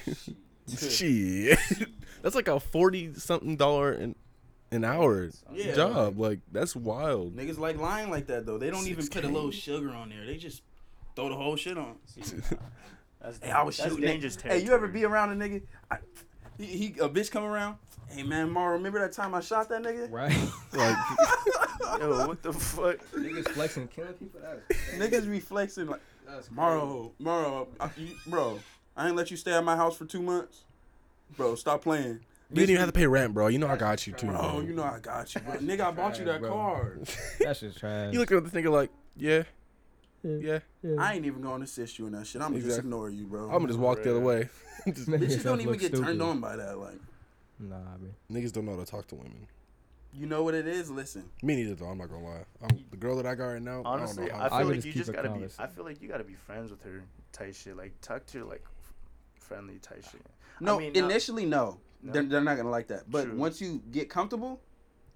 Speaker 2: Shit. (laughs) that's like a forty something dollar an an hour
Speaker 4: Yeah.
Speaker 2: job. Like, that's wild.
Speaker 4: (laughs) Niggas like lying like that though. They don't even put a
Speaker 2: 6K.
Speaker 4: little sugar on there. They just throw the whole shit on.
Speaker 1: That's,
Speaker 4: Hey, I was
Speaker 1: that's
Speaker 4: shooting.
Speaker 1: dangerous
Speaker 4: Hey,
Speaker 1: territory.
Speaker 4: you ever be around a nigga? I, he, he a bitch come around. Hey man, Mar, remember that time I shot that nigga?
Speaker 3: Right. (laughs)
Speaker 2: Like,
Speaker 1: Yo, what the
Speaker 4: (laughs)
Speaker 1: fuck?
Speaker 3: Niggas flexing, killing people. That's
Speaker 4: Niggas reflexing like,
Speaker 3: that's crazy.
Speaker 4: Maro, Maro, I, you, bro, I ain't let you stay at my house for two months. Bro, stop playing.
Speaker 2: you didn't even have to pay rent, bro. You know I got you too.
Speaker 4: Bro,
Speaker 2: Bro.
Speaker 4: you know I got you, bro. Nigga, I bought you that
Speaker 3: Bro.
Speaker 4: card.
Speaker 3: That shit's trash.
Speaker 2: You look at the nigga like, yeah,
Speaker 3: Yeah.
Speaker 2: yeah.
Speaker 3: (laughs)
Speaker 4: I ain't even gonna assist you in that shit. I'm gonna just
Speaker 2: Exactly.
Speaker 4: ignore you, bro.
Speaker 2: I'm gonna just walk the other way. Just-
Speaker 3: Make (laughs)
Speaker 4: Bitches
Speaker 3: yourself
Speaker 4: don't even
Speaker 3: look
Speaker 4: get
Speaker 3: stupid.
Speaker 4: turned on by that. Like,
Speaker 3: Nah, bro.
Speaker 2: niggas don't know how to talk to women.
Speaker 4: you know what it is? Listen,
Speaker 2: Me neither, though. I'm not gonna lie. I'm, the girl that I got right now, I
Speaker 1: Honestly,
Speaker 2: don't
Speaker 1: I,
Speaker 2: know how.
Speaker 1: feel
Speaker 3: I would
Speaker 1: like
Speaker 3: just
Speaker 1: you
Speaker 3: keep
Speaker 1: just
Speaker 3: it
Speaker 1: gotta be.
Speaker 3: conversation.
Speaker 1: I feel like you gotta be friends with her, type shit. Like talk to her like f- friendly type shit.
Speaker 4: No,
Speaker 1: mean, not-
Speaker 4: initially no.
Speaker 1: No?
Speaker 4: They're, they're not gonna like that. But
Speaker 1: True.
Speaker 4: once you get comfortable,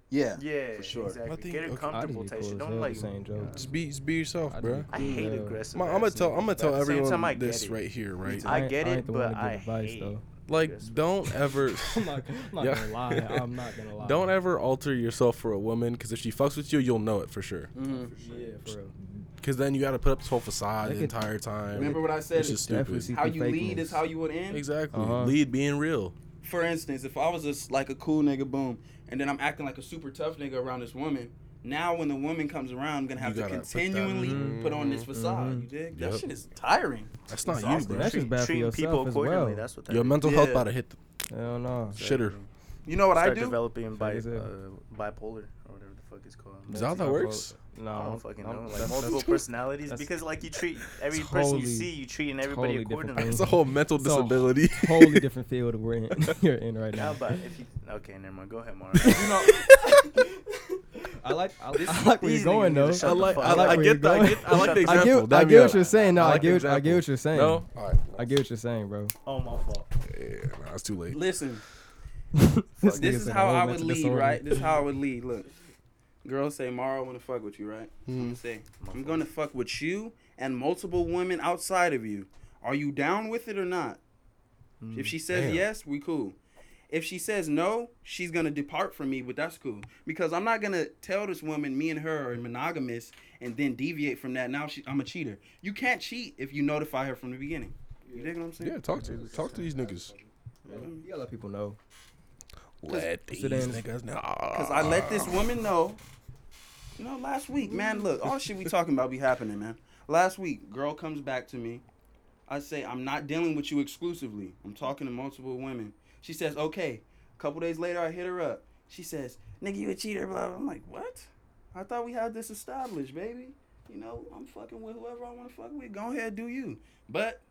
Speaker 4: yeah.
Speaker 1: Yeah,
Speaker 4: For sure.
Speaker 1: Exactly.
Speaker 2: I think-
Speaker 1: Get her
Speaker 2: okay.
Speaker 1: comfortable
Speaker 3: I'd be
Speaker 1: type
Speaker 3: cool
Speaker 1: shit.
Speaker 3: as
Speaker 1: Don't
Speaker 3: hell
Speaker 1: like.
Speaker 3: saying jokes.
Speaker 2: just be, just be yourself,
Speaker 3: I'd
Speaker 2: bro.
Speaker 3: be
Speaker 1: I hate
Speaker 3: Yeah.
Speaker 1: aggressive.
Speaker 2: My, I'm gonna
Speaker 1: ass
Speaker 2: tell,
Speaker 1: niggas,
Speaker 2: I'm gonna
Speaker 1: but
Speaker 2: tell
Speaker 1: at the same
Speaker 2: everyone
Speaker 1: time, I get
Speaker 2: this
Speaker 1: it.
Speaker 2: right here, right?
Speaker 1: I
Speaker 3: ain't-
Speaker 1: get
Speaker 3: I
Speaker 1: it,
Speaker 3: ain't the one
Speaker 1: but
Speaker 3: to give
Speaker 1: I
Speaker 3: advice,
Speaker 1: hate-
Speaker 3: though. (laughs)
Speaker 1: Yes,
Speaker 2: Like, don't
Speaker 1: (laughs)
Speaker 2: ever,
Speaker 3: I'm not, I'm not
Speaker 2: Yeah.
Speaker 3: gonna lie. I'm not
Speaker 2: (laughs)
Speaker 3: gonna lie.
Speaker 2: don't ever alter yourself for a woman, because if she fucks with you, you'll know it for sure.
Speaker 4: Mhm.
Speaker 3: Yeah, for real.
Speaker 2: Because then you gotta put up this whole facade
Speaker 3: They
Speaker 2: the
Speaker 3: could-
Speaker 2: entire time.
Speaker 4: Remember what I said?
Speaker 2: It's just
Speaker 3: Definitely
Speaker 2: stupid.
Speaker 3: see
Speaker 4: How
Speaker 3: through
Speaker 4: you lead
Speaker 3: fakeness.
Speaker 4: is how you would end.
Speaker 2: Exactly.
Speaker 3: Uh-huh.
Speaker 2: Lead being real.
Speaker 4: For instance, if I was just like a cool nigga, boom, and then I'm acting like a super tough nigga around this woman, Now, when the woman comes around, I'm gonna have
Speaker 2: You
Speaker 4: to
Speaker 2: gotta put that- Mm-hmm.
Speaker 4: continually put, on this facade. You dig? That
Speaker 2: Yep.
Speaker 4: shit is tiring.
Speaker 2: That's not you,
Speaker 1: Exhausting.
Speaker 2: bro.
Speaker 3: That's just bad for
Speaker 1: Treating
Speaker 3: yourself
Speaker 1: people
Speaker 3: as
Speaker 1: accordingly.
Speaker 3: well.
Speaker 1: That's what that
Speaker 2: Your
Speaker 1: is.
Speaker 2: mental health
Speaker 4: Yeah.
Speaker 2: about to hit the
Speaker 3: Hell no.
Speaker 2: shitter. (laughs)
Speaker 4: You know what
Speaker 1: Start
Speaker 4: I do?
Speaker 1: developing bi- uh,
Speaker 3: Exactly.
Speaker 1: bipolar or whatever the fuck it's called.
Speaker 2: Is that how that works?
Speaker 3: No,
Speaker 1: I don't fucking
Speaker 3: I'm-
Speaker 1: know. Like
Speaker 3: that's-
Speaker 1: multiple
Speaker 3: that's-
Speaker 1: personalities
Speaker 3: that's
Speaker 1: because like you treat every person
Speaker 3: totally-
Speaker 1: you see, you treating everybody
Speaker 3: totally different
Speaker 1: accordingly. (laughs)
Speaker 2: It's a whole mental
Speaker 3: So- (laughs)
Speaker 2: disability. (laughs)
Speaker 3: Totally different field that we're in. (laughs) You're in right
Speaker 1: How
Speaker 3: now.
Speaker 1: about if you okay, never mind. Go ahead, Mara.
Speaker 4: You know,
Speaker 3: I like I,
Speaker 1: This-
Speaker 3: I like where
Speaker 1: these
Speaker 3: you're going
Speaker 1: niggas need to
Speaker 3: though.
Speaker 1: shut the fuck
Speaker 3: I
Speaker 1: up.
Speaker 3: like where you're going.
Speaker 2: I like the
Speaker 1: I
Speaker 3: I
Speaker 2: example.
Speaker 3: get, I
Speaker 2: Dab me
Speaker 3: get
Speaker 2: up.
Speaker 3: what you're saying. No, I,
Speaker 2: like the
Speaker 3: get what, I
Speaker 2: example.
Speaker 3: get what you're saying.
Speaker 2: No, all right.
Speaker 3: I get what you're saying,
Speaker 1: (laughs)
Speaker 3: bro.
Speaker 1: Oh my fault.
Speaker 2: Yeah, nah, it's too late.
Speaker 4: (laughs) listen.
Speaker 3: this
Speaker 4: This
Speaker 3: nigga's
Speaker 4: is
Speaker 3: in a
Speaker 4: how
Speaker 3: whole
Speaker 4: I would
Speaker 3: mental
Speaker 4: lead,
Speaker 3: disorder.
Speaker 4: right? This is how I would lead. Look, girls say, Mara, I want to fuck with you, right? I'm
Speaker 3: Hmm.
Speaker 4: going to say, I'm going to fuck with you and multiple women outside of you. Are you down with it or not?
Speaker 3: Hmm.
Speaker 4: If she says
Speaker 2: Damn.
Speaker 4: yes, we cool. If she says no, she's going to depart from me, but that's cool. Because I'm not going to tell this woman me and her are monogamous and then deviate from that. Now she, I'm a cheater. You can't cheat if you notify her from the beginning. You dig what I'm saying?
Speaker 2: Yeah, talk to talk to these niggas.
Speaker 3: You gotta let people know.
Speaker 2: Let these
Speaker 3: sit down.
Speaker 2: niggas know.
Speaker 4: Cause I let this woman know. You know, last week, man, look, all shit we talking about be happening, man. Last week, girl comes back to me. I say, I'm not dealing with you exclusively. I'm talking to multiple women. She says, okay. A couple days later, I hit her up. She says, nigga, you a cheater, blah, blah. I'm like, what? I thought we had this established, baby. You know, I'm fucking with whoever I want to fuck with. Go ahead, do you. But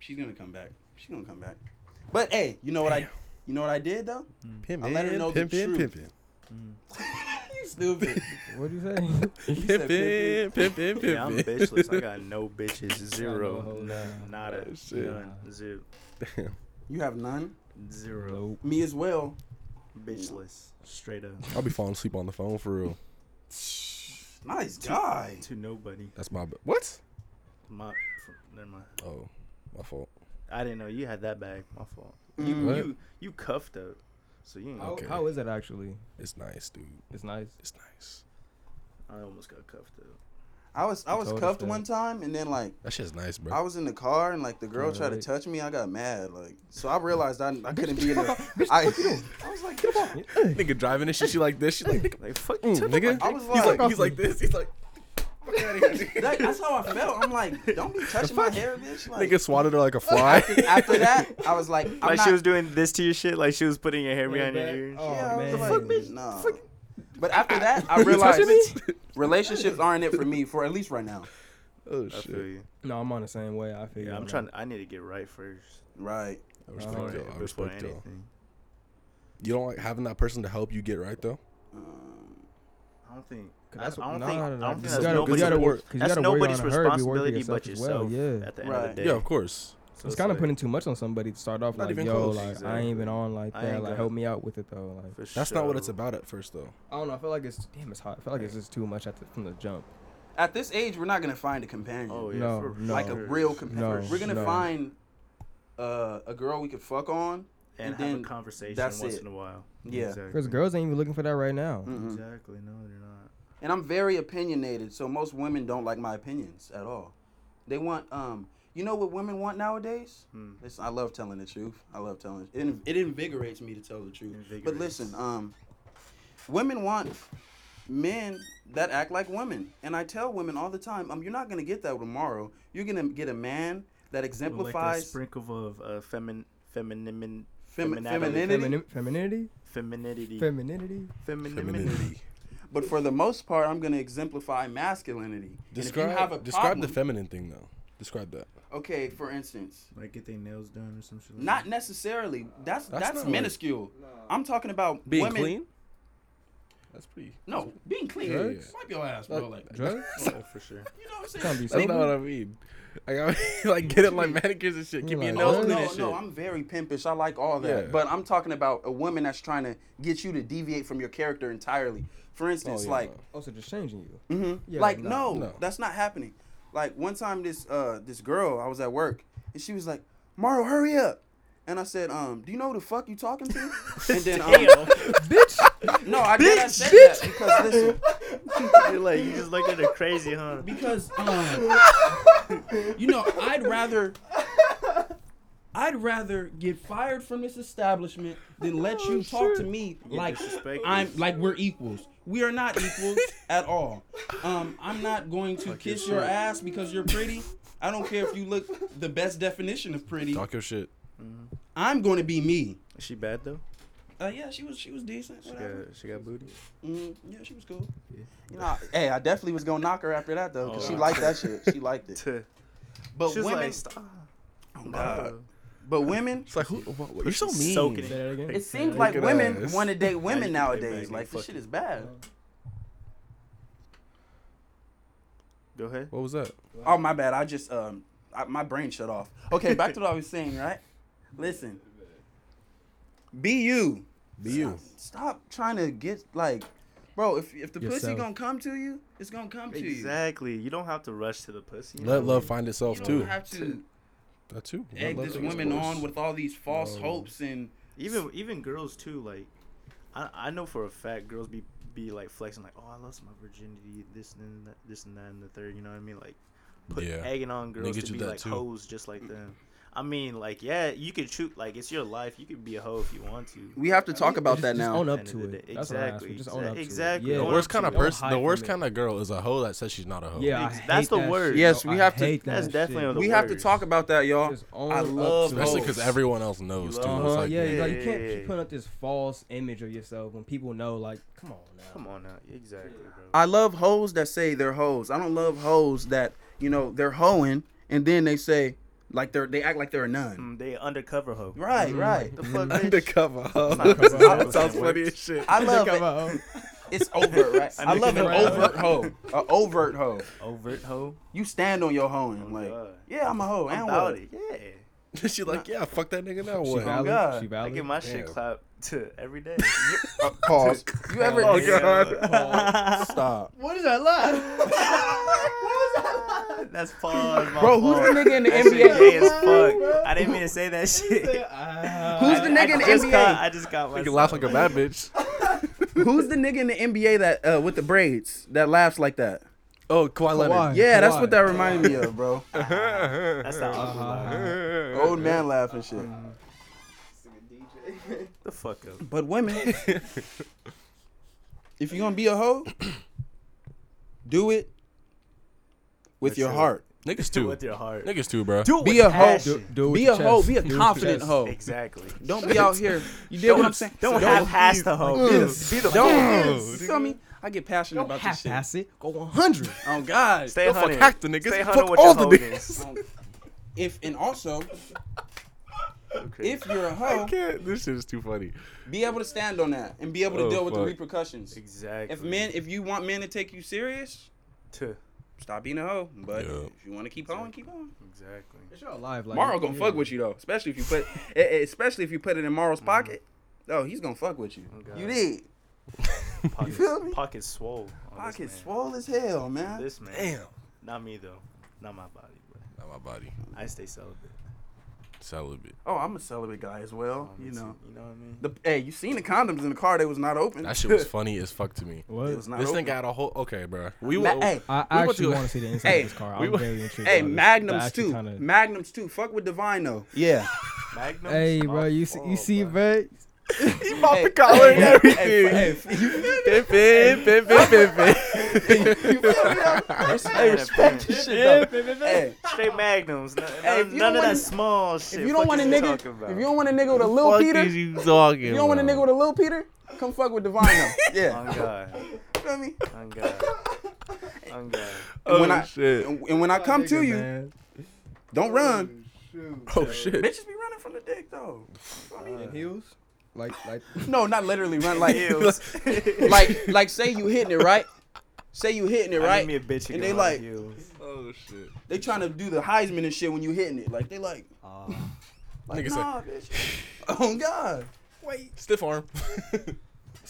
Speaker 4: she's gonna come back. She's gonna come back. But hey, you know what I, you know what I did though? (laughs) I let her know the
Speaker 2: pimpin',
Speaker 4: truth.
Speaker 2: pimpin'.
Speaker 4: you stupid.
Speaker 3: What do
Speaker 2: (laughs)
Speaker 3: you say?
Speaker 2: Pimpin', pimpin',
Speaker 1: Yeah, I'm
Speaker 2: pimpin'.
Speaker 4: (laughs)
Speaker 1: bitchless. I got no bitches. Zero.
Speaker 3: hoes.
Speaker 1: None. Nada.
Speaker 2: Oh, shit.
Speaker 1: None. Zero.
Speaker 4: You have none.
Speaker 1: Zero.
Speaker 3: Nope.
Speaker 4: Me as well. (sighs)
Speaker 1: Bitchless. Straight up.
Speaker 2: I'll be falling asleep on the phone for real.
Speaker 4: Nice guy.
Speaker 1: To nobody.
Speaker 2: That's my b- what?
Speaker 1: My. Never mind.
Speaker 2: Oh, my fault.
Speaker 1: I didn't know you had that bag. My fault.
Speaker 4: Mm-hmm.
Speaker 2: What?
Speaker 1: You you cuffed up, so you ain't.
Speaker 3: How,
Speaker 2: Okay.
Speaker 3: how is that actually?
Speaker 2: It's nice, dude.
Speaker 3: It's nice.
Speaker 2: It's nice.
Speaker 1: I almost got cuffed up.
Speaker 4: I was I was
Speaker 3: told us
Speaker 4: cuffed
Speaker 3: that.
Speaker 4: one time and then like
Speaker 2: That shit's nice,
Speaker 4: I
Speaker 2: bro.
Speaker 4: was (laughs) in the car and like the girl
Speaker 3: Yeah,
Speaker 4: tried to
Speaker 3: like-
Speaker 4: touch me. I got mad like so I realized I, I couldn't be in there. I, (laughs) I was like, come on.
Speaker 2: Nigga driving and shit, she like this. She like, nigga,
Speaker 1: Like fuck,
Speaker 2: (laughs) mm,
Speaker 1: you took
Speaker 2: nigga.
Speaker 4: I was
Speaker 2: he's
Speaker 4: like-
Speaker 2: like, he's like this. He's like, fuck out of here.
Speaker 4: That- that's how I felt. I'm like, don't be touching my hair, bitch. (laughs) Like,
Speaker 2: Nigga swatted her like a fly.
Speaker 4: (laughs) after that, I was like, I'm
Speaker 1: Like
Speaker 4: not,
Speaker 1: she was doing this to your shit. Like she was putting your hair behind your
Speaker 3: back.
Speaker 1: ears.
Speaker 4: (laughs)
Speaker 3: Oh,
Speaker 4: yeah, I was
Speaker 3: man.
Speaker 4: like, nah. But after that, I
Speaker 2: You touching
Speaker 4: realized
Speaker 2: me?
Speaker 4: relationships aren't it for me for at least right now.
Speaker 2: (laughs) Oh
Speaker 1: I feel
Speaker 2: shit.
Speaker 1: you.
Speaker 3: No, I'm on the same way. I feel you
Speaker 1: Yeah,
Speaker 3: on
Speaker 1: I'm
Speaker 3: that.
Speaker 1: trying. To, I need to get right first
Speaker 4: Right.
Speaker 2: I respect
Speaker 1: before,
Speaker 3: Alright,
Speaker 2: y'all. I
Speaker 1: before
Speaker 2: respect y'all.
Speaker 1: anything.
Speaker 2: You don't like having that person to help you get right though.
Speaker 4: Um,
Speaker 1: I don't think. I, I
Speaker 3: That's what-
Speaker 1: don't
Speaker 3: nah,
Speaker 1: think.
Speaker 3: nah,
Speaker 1: I
Speaker 3: nah.
Speaker 1: don't think
Speaker 3: You
Speaker 1: that's
Speaker 3: gotta- you
Speaker 1: nobody's.
Speaker 3: gotta
Speaker 1: re-
Speaker 3: work- 'cause you
Speaker 1: That's
Speaker 3: gotta worry
Speaker 1: nobody's
Speaker 3: on her, be working
Speaker 1: responsibility but
Speaker 3: yourself as well,
Speaker 1: yourself.
Speaker 3: yeah.
Speaker 1: At the end
Speaker 4: Right.
Speaker 1: of the day.
Speaker 2: Yeah, of course.
Speaker 1: So
Speaker 3: It's kind of
Speaker 1: like-
Speaker 3: putting too much on somebody to start off
Speaker 2: Not
Speaker 3: like,
Speaker 2: even
Speaker 3: yo,
Speaker 2: close.
Speaker 3: like I
Speaker 1: Exactly.
Speaker 3: ain't even on like
Speaker 1: I
Speaker 3: that.
Speaker 1: ain't
Speaker 3: Like
Speaker 1: got-
Speaker 3: help me out with it though. Like
Speaker 1: for
Speaker 2: That's not what it's
Speaker 1: sure.
Speaker 2: about at first though.
Speaker 3: I don't know. I feel like it's damn. It's hot. I feel like it's just too much at the, from the jump.
Speaker 4: at this age, we're not gonna find a companion.
Speaker 1: Oh yeah,
Speaker 3: No,
Speaker 1: for
Speaker 3: no.
Speaker 4: like a
Speaker 1: sure.
Speaker 4: real companion.
Speaker 3: No,
Speaker 4: We're gonna
Speaker 3: no.
Speaker 4: find uh, a girl we could fuck on.
Speaker 1: and,
Speaker 4: and then
Speaker 1: have a conversation
Speaker 4: that's
Speaker 1: once
Speaker 4: it.
Speaker 1: in a while.
Speaker 4: Yeah.
Speaker 1: exactly.
Speaker 3: Because girls ain't even looking for that right now.
Speaker 1: Mm-hmm.
Speaker 4: Mm-mm.
Speaker 1: Exactly. No, they're not.
Speaker 4: And I'm very opinionated, so most women don't like my opinions at all. They want, um, you know what women want nowadays?
Speaker 1: Hmm.
Speaker 4: Listen, I love telling the truth. I love telling it. It invigorates me to tell the truth. But
Speaker 1: Invigorates.
Speaker 4: listen, um, women want men that act like women, and I tell women all the time, um, you're not gonna get that tomorrow. You're gonna get a man that
Speaker 1: With, like a
Speaker 4: exemplifies
Speaker 1: sprinkle of uh, femin, feminin,
Speaker 4: femi-
Speaker 1: feminality.
Speaker 4: femininity.
Speaker 3: Femini- femininity,
Speaker 1: femininity,
Speaker 3: femininity.
Speaker 1: femininity.
Speaker 2: Femininity.
Speaker 4: But for the most part, I'm going to exemplify masculinity. And if you
Speaker 2: Describe
Speaker 4: have a
Speaker 2: describe the
Speaker 4: problem-
Speaker 2: feminine thing though. Describe that.
Speaker 4: Okay, for instance,
Speaker 1: Like get their nails done or some shit. like
Speaker 4: not necessarily. That's
Speaker 2: That's
Speaker 4: that's,
Speaker 2: not like-
Speaker 4: minuscule. I'm talking about
Speaker 2: Being
Speaker 4: women.
Speaker 2: clean. That's pretty.
Speaker 4: No, being clean.
Speaker 2: Drugs?
Speaker 4: Swipe your ass, bro. Like,
Speaker 1: (laughs)
Speaker 4: you know
Speaker 2: Drugs?
Speaker 4: (laughs)
Speaker 1: that. Oh, for sure.
Speaker 4: what I'm
Speaker 3: Trying to
Speaker 4: saying?
Speaker 3: be
Speaker 2: That's
Speaker 3: sober.
Speaker 2: not what I mean. (laughs) Like, I like get it like manicures and shit. Keep your
Speaker 3: Like,
Speaker 2: nails
Speaker 4: Oh,
Speaker 2: clean
Speaker 4: no,
Speaker 2: and shit.
Speaker 4: no, I'm very pimpish. I like all that.
Speaker 2: Yeah.
Speaker 4: But I'm talking about a woman that's trying to get you to deviate from your character entirely. For instance,
Speaker 2: Oh, yeah,
Speaker 4: like
Speaker 2: no.
Speaker 3: Also, just changing you.
Speaker 4: hmm
Speaker 3: Yeah,
Speaker 4: like no,
Speaker 3: no.
Speaker 2: No.
Speaker 4: that's not happening. Like one time, this uh this girl, I was at work, and she was like, "Maro, hurry up," and I said, "Um, do you know who the fuck you talking to?" And then um, bitch, no, I did. I said that because listen,
Speaker 1: You're like you just look at her crazy, huh?
Speaker 4: because um, you know, I'd rather. I'd rather get fired from this establishment than let you talk to me like
Speaker 1: Oh, disrespected.
Speaker 4: I'm like we're equals. We are not equals (laughs) at all. Um, I'm not going to kiss your ass because you're pretty. I don't care if you look the best definition of pretty.
Speaker 2: Talk your shit.
Speaker 4: I'm going to be me.
Speaker 1: Is she bad though?
Speaker 4: Uh, yeah, she was she was decent.
Speaker 1: She got,
Speaker 4: Whatever.
Speaker 1: she got (laughs) booty.
Speaker 4: Mm, yeah, she was cool. You know, I- hey, I definitely was gonna knock her after that though, cause
Speaker 1: Oh,
Speaker 4: she
Speaker 1: wow.
Speaker 4: liked that shit. She
Speaker 1: (laughs)
Speaker 4: liked it.
Speaker 1: She was
Speaker 4: But women,
Speaker 1: like, uh, stop.
Speaker 4: Oh, God. but women,
Speaker 2: It's like who? What, what, you're so mean.
Speaker 1: Soaking
Speaker 3: Say that again.
Speaker 4: it seems
Speaker 2: Look
Speaker 4: like
Speaker 2: at
Speaker 4: women
Speaker 2: us.
Speaker 4: want to date women
Speaker 1: Now you can get
Speaker 4: nowadays.
Speaker 1: back
Speaker 4: Like
Speaker 1: and
Speaker 4: this
Speaker 1: fuck
Speaker 4: shit
Speaker 1: it.
Speaker 4: is bad.
Speaker 1: Go ahead.
Speaker 2: What was that?
Speaker 4: Oh my bad. I just um, I, my brain shut off. Okay, back to what I was saying. Right. Listen. Be you.
Speaker 2: Be you.
Speaker 4: Stop trying to get like, bro. If if the pussy
Speaker 3: Yourself.
Speaker 4: gonna come to you, it's gonna come to you.
Speaker 1: Exactly. You don't have to rush to the pussy. you
Speaker 2: Let
Speaker 1: know?
Speaker 2: love find itself
Speaker 4: You
Speaker 2: too.
Speaker 4: don't have to
Speaker 2: that too. Let
Speaker 4: egg
Speaker 2: love
Speaker 4: this
Speaker 2: find
Speaker 4: woman
Speaker 2: itself.
Speaker 4: on with all these false
Speaker 2: No.
Speaker 4: hopes and
Speaker 1: Even even girls too. Like, I I know for a fact girls be be like flexing like, oh, I lost my virginity, this and that, this and that and the third. You know what I mean? Like, put
Speaker 2: Yeah.
Speaker 1: egging on girls
Speaker 2: Niggas
Speaker 1: to
Speaker 2: do
Speaker 1: be
Speaker 2: that
Speaker 1: like
Speaker 2: too.
Speaker 1: hoes just like them. I mean, like, yeah, you could shoot. Like, it's your life. You could be a hoe if you want to.
Speaker 4: we have to talk about
Speaker 3: Just-
Speaker 4: that
Speaker 3: just
Speaker 4: now.
Speaker 3: Own up
Speaker 1: End of
Speaker 3: to
Speaker 1: the
Speaker 3: it.
Speaker 1: day.
Speaker 3: That's what I asked for.
Speaker 1: Exactly,
Speaker 3: Just own up to it.
Speaker 1: exactly.
Speaker 3: Yeah.
Speaker 2: The
Speaker 1: Own
Speaker 2: worst
Speaker 1: up
Speaker 2: kind
Speaker 1: to
Speaker 2: of
Speaker 1: it.
Speaker 2: person. The
Speaker 3: hide
Speaker 2: worst
Speaker 3: from it.
Speaker 2: kind of girl is a hoe that says she's not a hoe.
Speaker 3: Yeah, I
Speaker 1: Ex-
Speaker 3: hate
Speaker 1: that's the
Speaker 3: that
Speaker 1: word.
Speaker 3: shit.
Speaker 4: Yes,
Speaker 3: Yo,
Speaker 4: we
Speaker 3: I
Speaker 4: have to-
Speaker 3: hate that
Speaker 1: That's
Speaker 3: shit.
Speaker 1: definitely a
Speaker 4: We have to
Speaker 1: word.
Speaker 4: talk about that, y'all.
Speaker 3: Just own
Speaker 4: I
Speaker 3: up
Speaker 4: love
Speaker 3: to it.
Speaker 2: Especially because
Speaker 4: Hoes.
Speaker 2: everyone else knows
Speaker 1: You
Speaker 2: too.
Speaker 1: love-
Speaker 2: It's
Speaker 3: Uh-huh,
Speaker 2: like,
Speaker 3: yeah,
Speaker 1: yeah,
Speaker 3: like you
Speaker 1: yeah,
Speaker 3: can't
Speaker 1: yeah,
Speaker 3: keep
Speaker 1: yeah.
Speaker 3: putting up this false image of yourself when people know. Like, come on now.
Speaker 1: Come on now, exactly, bro.
Speaker 4: I love hoes that say they're hoes. I don't love hoes that you know they're hoeing and then they say like they're they act like they're a nun.
Speaker 1: Mm, they undercover hoe.
Speaker 4: Right, right.
Speaker 1: The fuck, bitch?
Speaker 2: (laughs) Undercover hoe. (laughs)
Speaker 1: Undercover hoe.
Speaker 2: Sounds funny as shit.
Speaker 4: I love
Speaker 3: Come
Speaker 4: it. (laughs)
Speaker 3: on.
Speaker 4: It's overt,
Speaker 1: (laughs)
Speaker 4: right? I love an overt
Speaker 3: Undercover.
Speaker 4: hoe. A overt hoe.
Speaker 1: Overt hoe.
Speaker 4: You stand on your hoeing.
Speaker 1: Oh,
Speaker 4: Like,
Speaker 1: God.
Speaker 4: yeah, I'm a hoe. And
Speaker 1: about
Speaker 4: what?
Speaker 1: it. Yeah.
Speaker 2: (laughs)
Speaker 1: Oh
Speaker 2: she like, yeah, fuck that nigga now.
Speaker 3: She
Speaker 2: What? (laughs)
Speaker 4: valid.
Speaker 3: valid. She
Speaker 1: I
Speaker 3: valid.
Speaker 1: get my shit
Speaker 2: Damn.
Speaker 1: clapped to every
Speaker 4: (laughs)
Speaker 1: day. (laughs)
Speaker 4: Uh,
Speaker 2: (laughs)
Speaker 4: Pause. You ever?
Speaker 1: Oh,
Speaker 2: Yeah. (laughs)
Speaker 1: God.
Speaker 2: Stop.
Speaker 1: What is that
Speaker 4: (laughs)
Speaker 1: lie? That's pause, my
Speaker 4: Bro, who's
Speaker 1: fault.
Speaker 4: the nigga in
Speaker 1: (laughs)
Speaker 4: the
Speaker 1: That shit
Speaker 4: NBA?
Speaker 1: gay as fuck. I didn't mean to say that shit.
Speaker 4: (laughs) Who's
Speaker 1: I-
Speaker 4: the
Speaker 1: I
Speaker 4: nigga in the
Speaker 1: just
Speaker 4: NBA?
Speaker 1: Caught, I just got
Speaker 2: You
Speaker 1: myself.
Speaker 2: can laugh like a bad bitch.
Speaker 4: Who's the nigga in the NBA that uh, with the braids that laughs like that?
Speaker 2: (laughs) Oh, Kawhi Leonard.
Speaker 3: Kawhi.
Speaker 4: Yeah, that's what
Speaker 3: Kawhi.
Speaker 4: that reminded me of, bro.
Speaker 1: That's the awkward laugh.
Speaker 4: Old man laughing shit.
Speaker 3: Mm-hmm.
Speaker 1: The fuck up.
Speaker 4: But
Speaker 3: (laughs)
Speaker 4: women, if you're gonna be a
Speaker 3: (coughs)
Speaker 4: hoe, do it with your
Speaker 1: true.
Speaker 4: heart.
Speaker 2: Niggas
Speaker 1: Do it
Speaker 2: too.
Speaker 1: with your heart.
Speaker 2: Niggas too, bro.
Speaker 1: Do it
Speaker 4: Be
Speaker 1: with
Speaker 4: a hoe.
Speaker 1: passion.
Speaker 3: Do it with
Speaker 4: be
Speaker 3: your
Speaker 4: a hoe.
Speaker 3: chest.
Speaker 4: Be a
Speaker 3: Do it with your
Speaker 4: confident
Speaker 3: chest.
Speaker 4: hoe.
Speaker 1: Exactly.
Speaker 4: Don't be out here. You did what I'm saying.
Speaker 1: oh. Don't
Speaker 4: have
Speaker 1: half-ass the hoe. Be the- Be the hoe.
Speaker 4: Don't. You feel me? I get passionate about this
Speaker 3: half
Speaker 4: shit.
Speaker 3: pass it. Go 100.
Speaker 4: Oh God.
Speaker 1: Stay
Speaker 2: Don't fuck
Speaker 1: hunting.
Speaker 2: hack the niggas.
Speaker 1: Stay
Speaker 2: Fuck
Speaker 1: hunting with
Speaker 2: all
Speaker 1: your
Speaker 2: the
Speaker 1: hoe
Speaker 2: niggas.
Speaker 1: niggas.
Speaker 4: If and also,
Speaker 1: Okay.
Speaker 4: if you're a
Speaker 2: I
Speaker 4: hoe,
Speaker 2: can't. This shit is too funny.
Speaker 4: be able to stand on that and be able to
Speaker 2: Oh,
Speaker 4: deal with the
Speaker 2: fuck.
Speaker 4: repercussions.
Speaker 1: Exactly.
Speaker 4: If men, if you want men to take you serious,
Speaker 1: To.
Speaker 4: stop being a hoe. But
Speaker 2: Yeah.
Speaker 4: if you want to keep hoeing, keep on.
Speaker 1: Exactly.
Speaker 3: You're alive. Like,
Speaker 4: Morrow gonna fuck with you though, especially if you put, (laughs) e- e- especially if you put it in Morrow's pocket. Mm-hmm. Oh, he's gonna fuck with you.
Speaker 1: God.
Speaker 4: You did.
Speaker 1: Pockets,
Speaker 4: feel me?
Speaker 1: pockets swole. on this
Speaker 4: Pocket
Speaker 1: man.
Speaker 4: swole as hell, man.
Speaker 1: This man.
Speaker 2: (laughs) Damn.
Speaker 1: Not me though. Not my body, bro.
Speaker 2: Not my body.
Speaker 1: I stay celibate.
Speaker 2: Celibate.
Speaker 4: Oh, I'm a celibate guy as well.
Speaker 1: Um,
Speaker 4: You
Speaker 1: it's-
Speaker 4: know.
Speaker 1: You know what I mean?
Speaker 4: The, hey, you seen the condoms in the car? They was not open.
Speaker 2: That (laughs)
Speaker 4: (laughs)
Speaker 2: shit was funny as fuck to me.
Speaker 4: It was
Speaker 3: What?
Speaker 4: not
Speaker 2: This
Speaker 4: open.
Speaker 2: thing got a whole. Okay, bro. We
Speaker 4: Ma-
Speaker 2: were.
Speaker 4: hey,
Speaker 3: I
Speaker 2: We went
Speaker 3: actually
Speaker 2: to-
Speaker 3: want to
Speaker 4: (laughs)
Speaker 3: see the inside
Speaker 4: Hey,
Speaker 3: of this car.
Speaker 2: we
Speaker 3: I'm
Speaker 2: went-
Speaker 3: very intrigued.
Speaker 4: hey,
Speaker 3: by this. I
Speaker 4: Magnums
Speaker 3: actually
Speaker 4: too.
Speaker 3: kinda-
Speaker 4: Magnums too. Fuck with Divine though. (laughs) Yeah.
Speaker 1: Magnum.
Speaker 3: Hey, bro, you see, you see, Oh, bro.
Speaker 2: he popped
Speaker 4: hey,
Speaker 2: the collar and
Speaker 4: hey,
Speaker 2: everything.
Speaker 4: hey, hey, you-
Speaker 2: Pimpin', pimpin', pimpin'.
Speaker 1: Hey, respect
Speaker 4: hey,
Speaker 1: Straight Magnums. None,
Speaker 4: Hey, if you
Speaker 1: none
Speaker 4: don't
Speaker 1: of
Speaker 4: wanna-
Speaker 1: that small shit.
Speaker 4: if you don't
Speaker 1: Fuck
Speaker 4: want a
Speaker 1: is you
Speaker 4: nigga, if
Speaker 1: talking about?
Speaker 4: you don't want a nigga with a little Peter, if
Speaker 2: you talking?
Speaker 4: you don't want a nigga with a little Peter, come fuck with Divine (laughs) though.
Speaker 1: On
Speaker 4: Yeah.
Speaker 1: God.
Speaker 4: You feel me?
Speaker 1: On God. On God.
Speaker 2: Oh
Speaker 4: when I-
Speaker 2: shit!
Speaker 4: And and when I come to you, don't run.
Speaker 2: Oh shit!
Speaker 4: Bitches be running from the dick though.
Speaker 3: Heels? Like, like.
Speaker 4: No, not literally run
Speaker 1: (laughs)
Speaker 4: (laughs) like
Speaker 1: Heels.
Speaker 4: like like say you hitting it right. Say you hitting it
Speaker 1: I
Speaker 4: right.
Speaker 1: need me a bitch who can
Speaker 4: And they
Speaker 1: run
Speaker 4: like-
Speaker 1: heels.
Speaker 2: Oh shit!
Speaker 4: They trying to do the Heisman and shit when you hitting it. Like they like,
Speaker 3: Ah,
Speaker 4: like
Speaker 2: Nigga said-
Speaker 4: nah, bitch. Oh God.
Speaker 2: Wait, stiff arm. (laughs)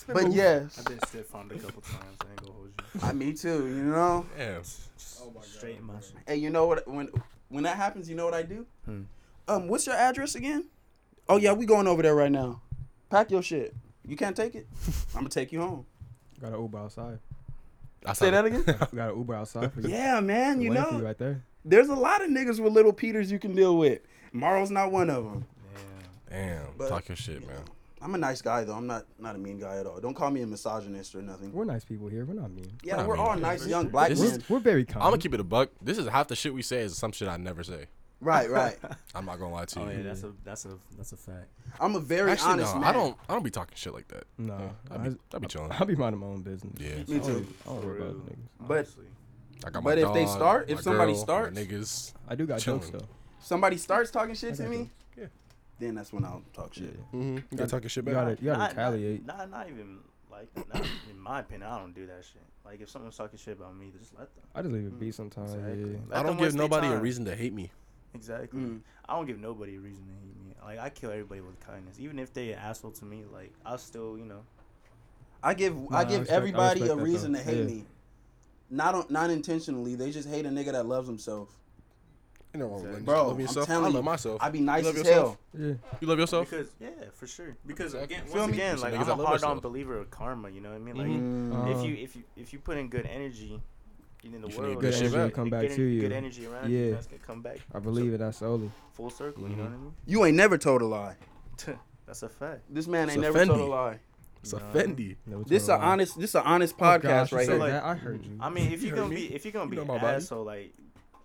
Speaker 4: But yes,
Speaker 1: I've been stiff armed a
Speaker 3: (laughs)
Speaker 1: couple times. I ain't gonna hold you.
Speaker 4: I me too. You know.
Speaker 2: Damn.
Speaker 3: Oh
Speaker 1: Straight my shit.
Speaker 4: Hey, you know what? When when that happens, you know what I do?
Speaker 1: Hmm.
Speaker 4: Um, what's your address again? Oh yeah, we going over there right now. Pack your shit. You can't
Speaker 2: (laughs)
Speaker 4: take it. I'm gonna take you home.
Speaker 3: Got an Uber outside.
Speaker 2: I
Speaker 4: Say that again.
Speaker 3: We got an Uber outside for you.
Speaker 4: (laughs) yeah, man. You
Speaker 3: Waiting for you
Speaker 4: know
Speaker 3: right there.
Speaker 4: There's a lot of niggas with little Peters you can deal with. Marl's not one of them.
Speaker 2: (laughs) Damn,
Speaker 4: But-
Speaker 2: talk your shit, man.
Speaker 4: I'm a nice guy though. I'm not not a mean guy at all. Don't call me a misogynist or nothing.
Speaker 3: We're nice people here. We're not mean.
Speaker 4: Yeah,
Speaker 2: not
Speaker 4: we're
Speaker 2: mean
Speaker 4: all
Speaker 2: guys.
Speaker 4: nice young black
Speaker 2: This
Speaker 4: men.
Speaker 2: is-
Speaker 3: We're, we're very
Speaker 2: I'm gonna
Speaker 3: kind.
Speaker 2: keep it a buck. This is half the shit we say is some shit I never say.
Speaker 4: Right, right.
Speaker 2: I'm not gonna lie to you.
Speaker 1: Oh yeah, that's a that's a that's a fact.
Speaker 4: I'm a very
Speaker 2: Actually,
Speaker 4: honest
Speaker 2: no,
Speaker 4: man.
Speaker 2: I don't. I don't be talking shit like that.
Speaker 3: No,
Speaker 2: I'll be, I be chilling.
Speaker 3: I'll be minding my own business.
Speaker 2: Yeah.
Speaker 4: Me
Speaker 3: I
Speaker 4: too.
Speaker 3: don't- I don't worry Oh, about other niggas.
Speaker 4: But-
Speaker 1: Oh, honestly.
Speaker 2: I got
Speaker 4: But if they start-
Speaker 2: my
Speaker 4: if somebody
Speaker 2: my
Speaker 4: starts-
Speaker 2: niggas.
Speaker 3: I do got jokes
Speaker 2: Chilling.
Speaker 3: though.
Speaker 4: Somebody starts talking shit to
Speaker 3: got
Speaker 4: me,
Speaker 2: you. Yeah.
Speaker 4: then that's when I'll talk shit.
Speaker 2: Mm-hmm. You got talking shit
Speaker 3: You
Speaker 2: back.
Speaker 3: gotta, you gotta
Speaker 1: Not-
Speaker 3: retaliate.
Speaker 1: Not, not, not even like not, in my opinion, I don't do that shit. Like if someone's talking shit about me, just let them.
Speaker 3: I just leave it be sometimes.
Speaker 1: Exactly.
Speaker 3: Oh, Yeah.
Speaker 1: Let
Speaker 2: I
Speaker 1: them
Speaker 2: don't give
Speaker 1: waste their
Speaker 2: nobody a
Speaker 1: time.
Speaker 2: reason to hate me.
Speaker 1: Exactly.
Speaker 4: Mm.
Speaker 1: I don't give nobody a reason to hate me. Like I kill everybody with kindness, even if they an asshole to me. Like I still, you know,
Speaker 4: I give
Speaker 3: I
Speaker 4: I give
Speaker 3: respect- I
Speaker 4: everybody
Speaker 3: respect
Speaker 4: a
Speaker 3: that,
Speaker 4: reason
Speaker 3: though.
Speaker 4: to hate
Speaker 3: Yeah.
Speaker 4: me. Not on, not intentionally. They just hate a nigga that loves himself.
Speaker 2: You know,
Speaker 1: Exactly.
Speaker 2: love
Speaker 4: Bro,
Speaker 2: love
Speaker 4: I'm
Speaker 2: yourself. I
Speaker 4: telling you,
Speaker 2: love myself.
Speaker 4: I be nice
Speaker 2: love
Speaker 4: as
Speaker 2: yourself?
Speaker 4: hell.
Speaker 3: yeah.
Speaker 2: you love yourself.
Speaker 1: because yeah, for sure. Because
Speaker 2: Exactly.
Speaker 1: again,
Speaker 2: Feel
Speaker 1: once
Speaker 4: me?
Speaker 1: again,
Speaker 2: Some
Speaker 1: like
Speaker 2: niggas
Speaker 1: I'm
Speaker 2: that
Speaker 1: a
Speaker 2: love
Speaker 1: hard-on
Speaker 2: themselves.
Speaker 1: believer of karma. You know what I mean? Like
Speaker 3: Uh,
Speaker 1: if you if you if you put in good energy in the
Speaker 2: You should need
Speaker 1: world,
Speaker 2: good
Speaker 1: like,
Speaker 2: energy to
Speaker 1: good
Speaker 3: come back
Speaker 1: energy-
Speaker 3: to you.
Speaker 1: Good energy around you,
Speaker 3: Yeah.
Speaker 1: that's gonna come back
Speaker 3: I believe it. Mm-hmm. That's solely.
Speaker 1: full circle. You know what I mean?
Speaker 4: You ain't never told a lie.
Speaker 1: (laughs) That's a fact.
Speaker 4: This man ain't
Speaker 2: It's
Speaker 4: never told a
Speaker 2: offending.
Speaker 4: lie.
Speaker 2: It's
Speaker 1: Nah.
Speaker 2: offendy.
Speaker 3: No, it's
Speaker 4: This
Speaker 3: not
Speaker 4: a
Speaker 3: a lie.
Speaker 4: honest this a honest
Speaker 3: Oh, gosh,
Speaker 4: podcast
Speaker 3: you
Speaker 4: right
Speaker 3: said
Speaker 4: here.
Speaker 1: Like-
Speaker 3: that? I heard you.
Speaker 1: I mean, if
Speaker 2: (laughs) You
Speaker 1: you're
Speaker 2: heard
Speaker 1: gonna
Speaker 2: me?
Speaker 1: be if you're gonna
Speaker 2: You
Speaker 1: be
Speaker 2: know
Speaker 1: an
Speaker 2: my body.
Speaker 1: asshole, like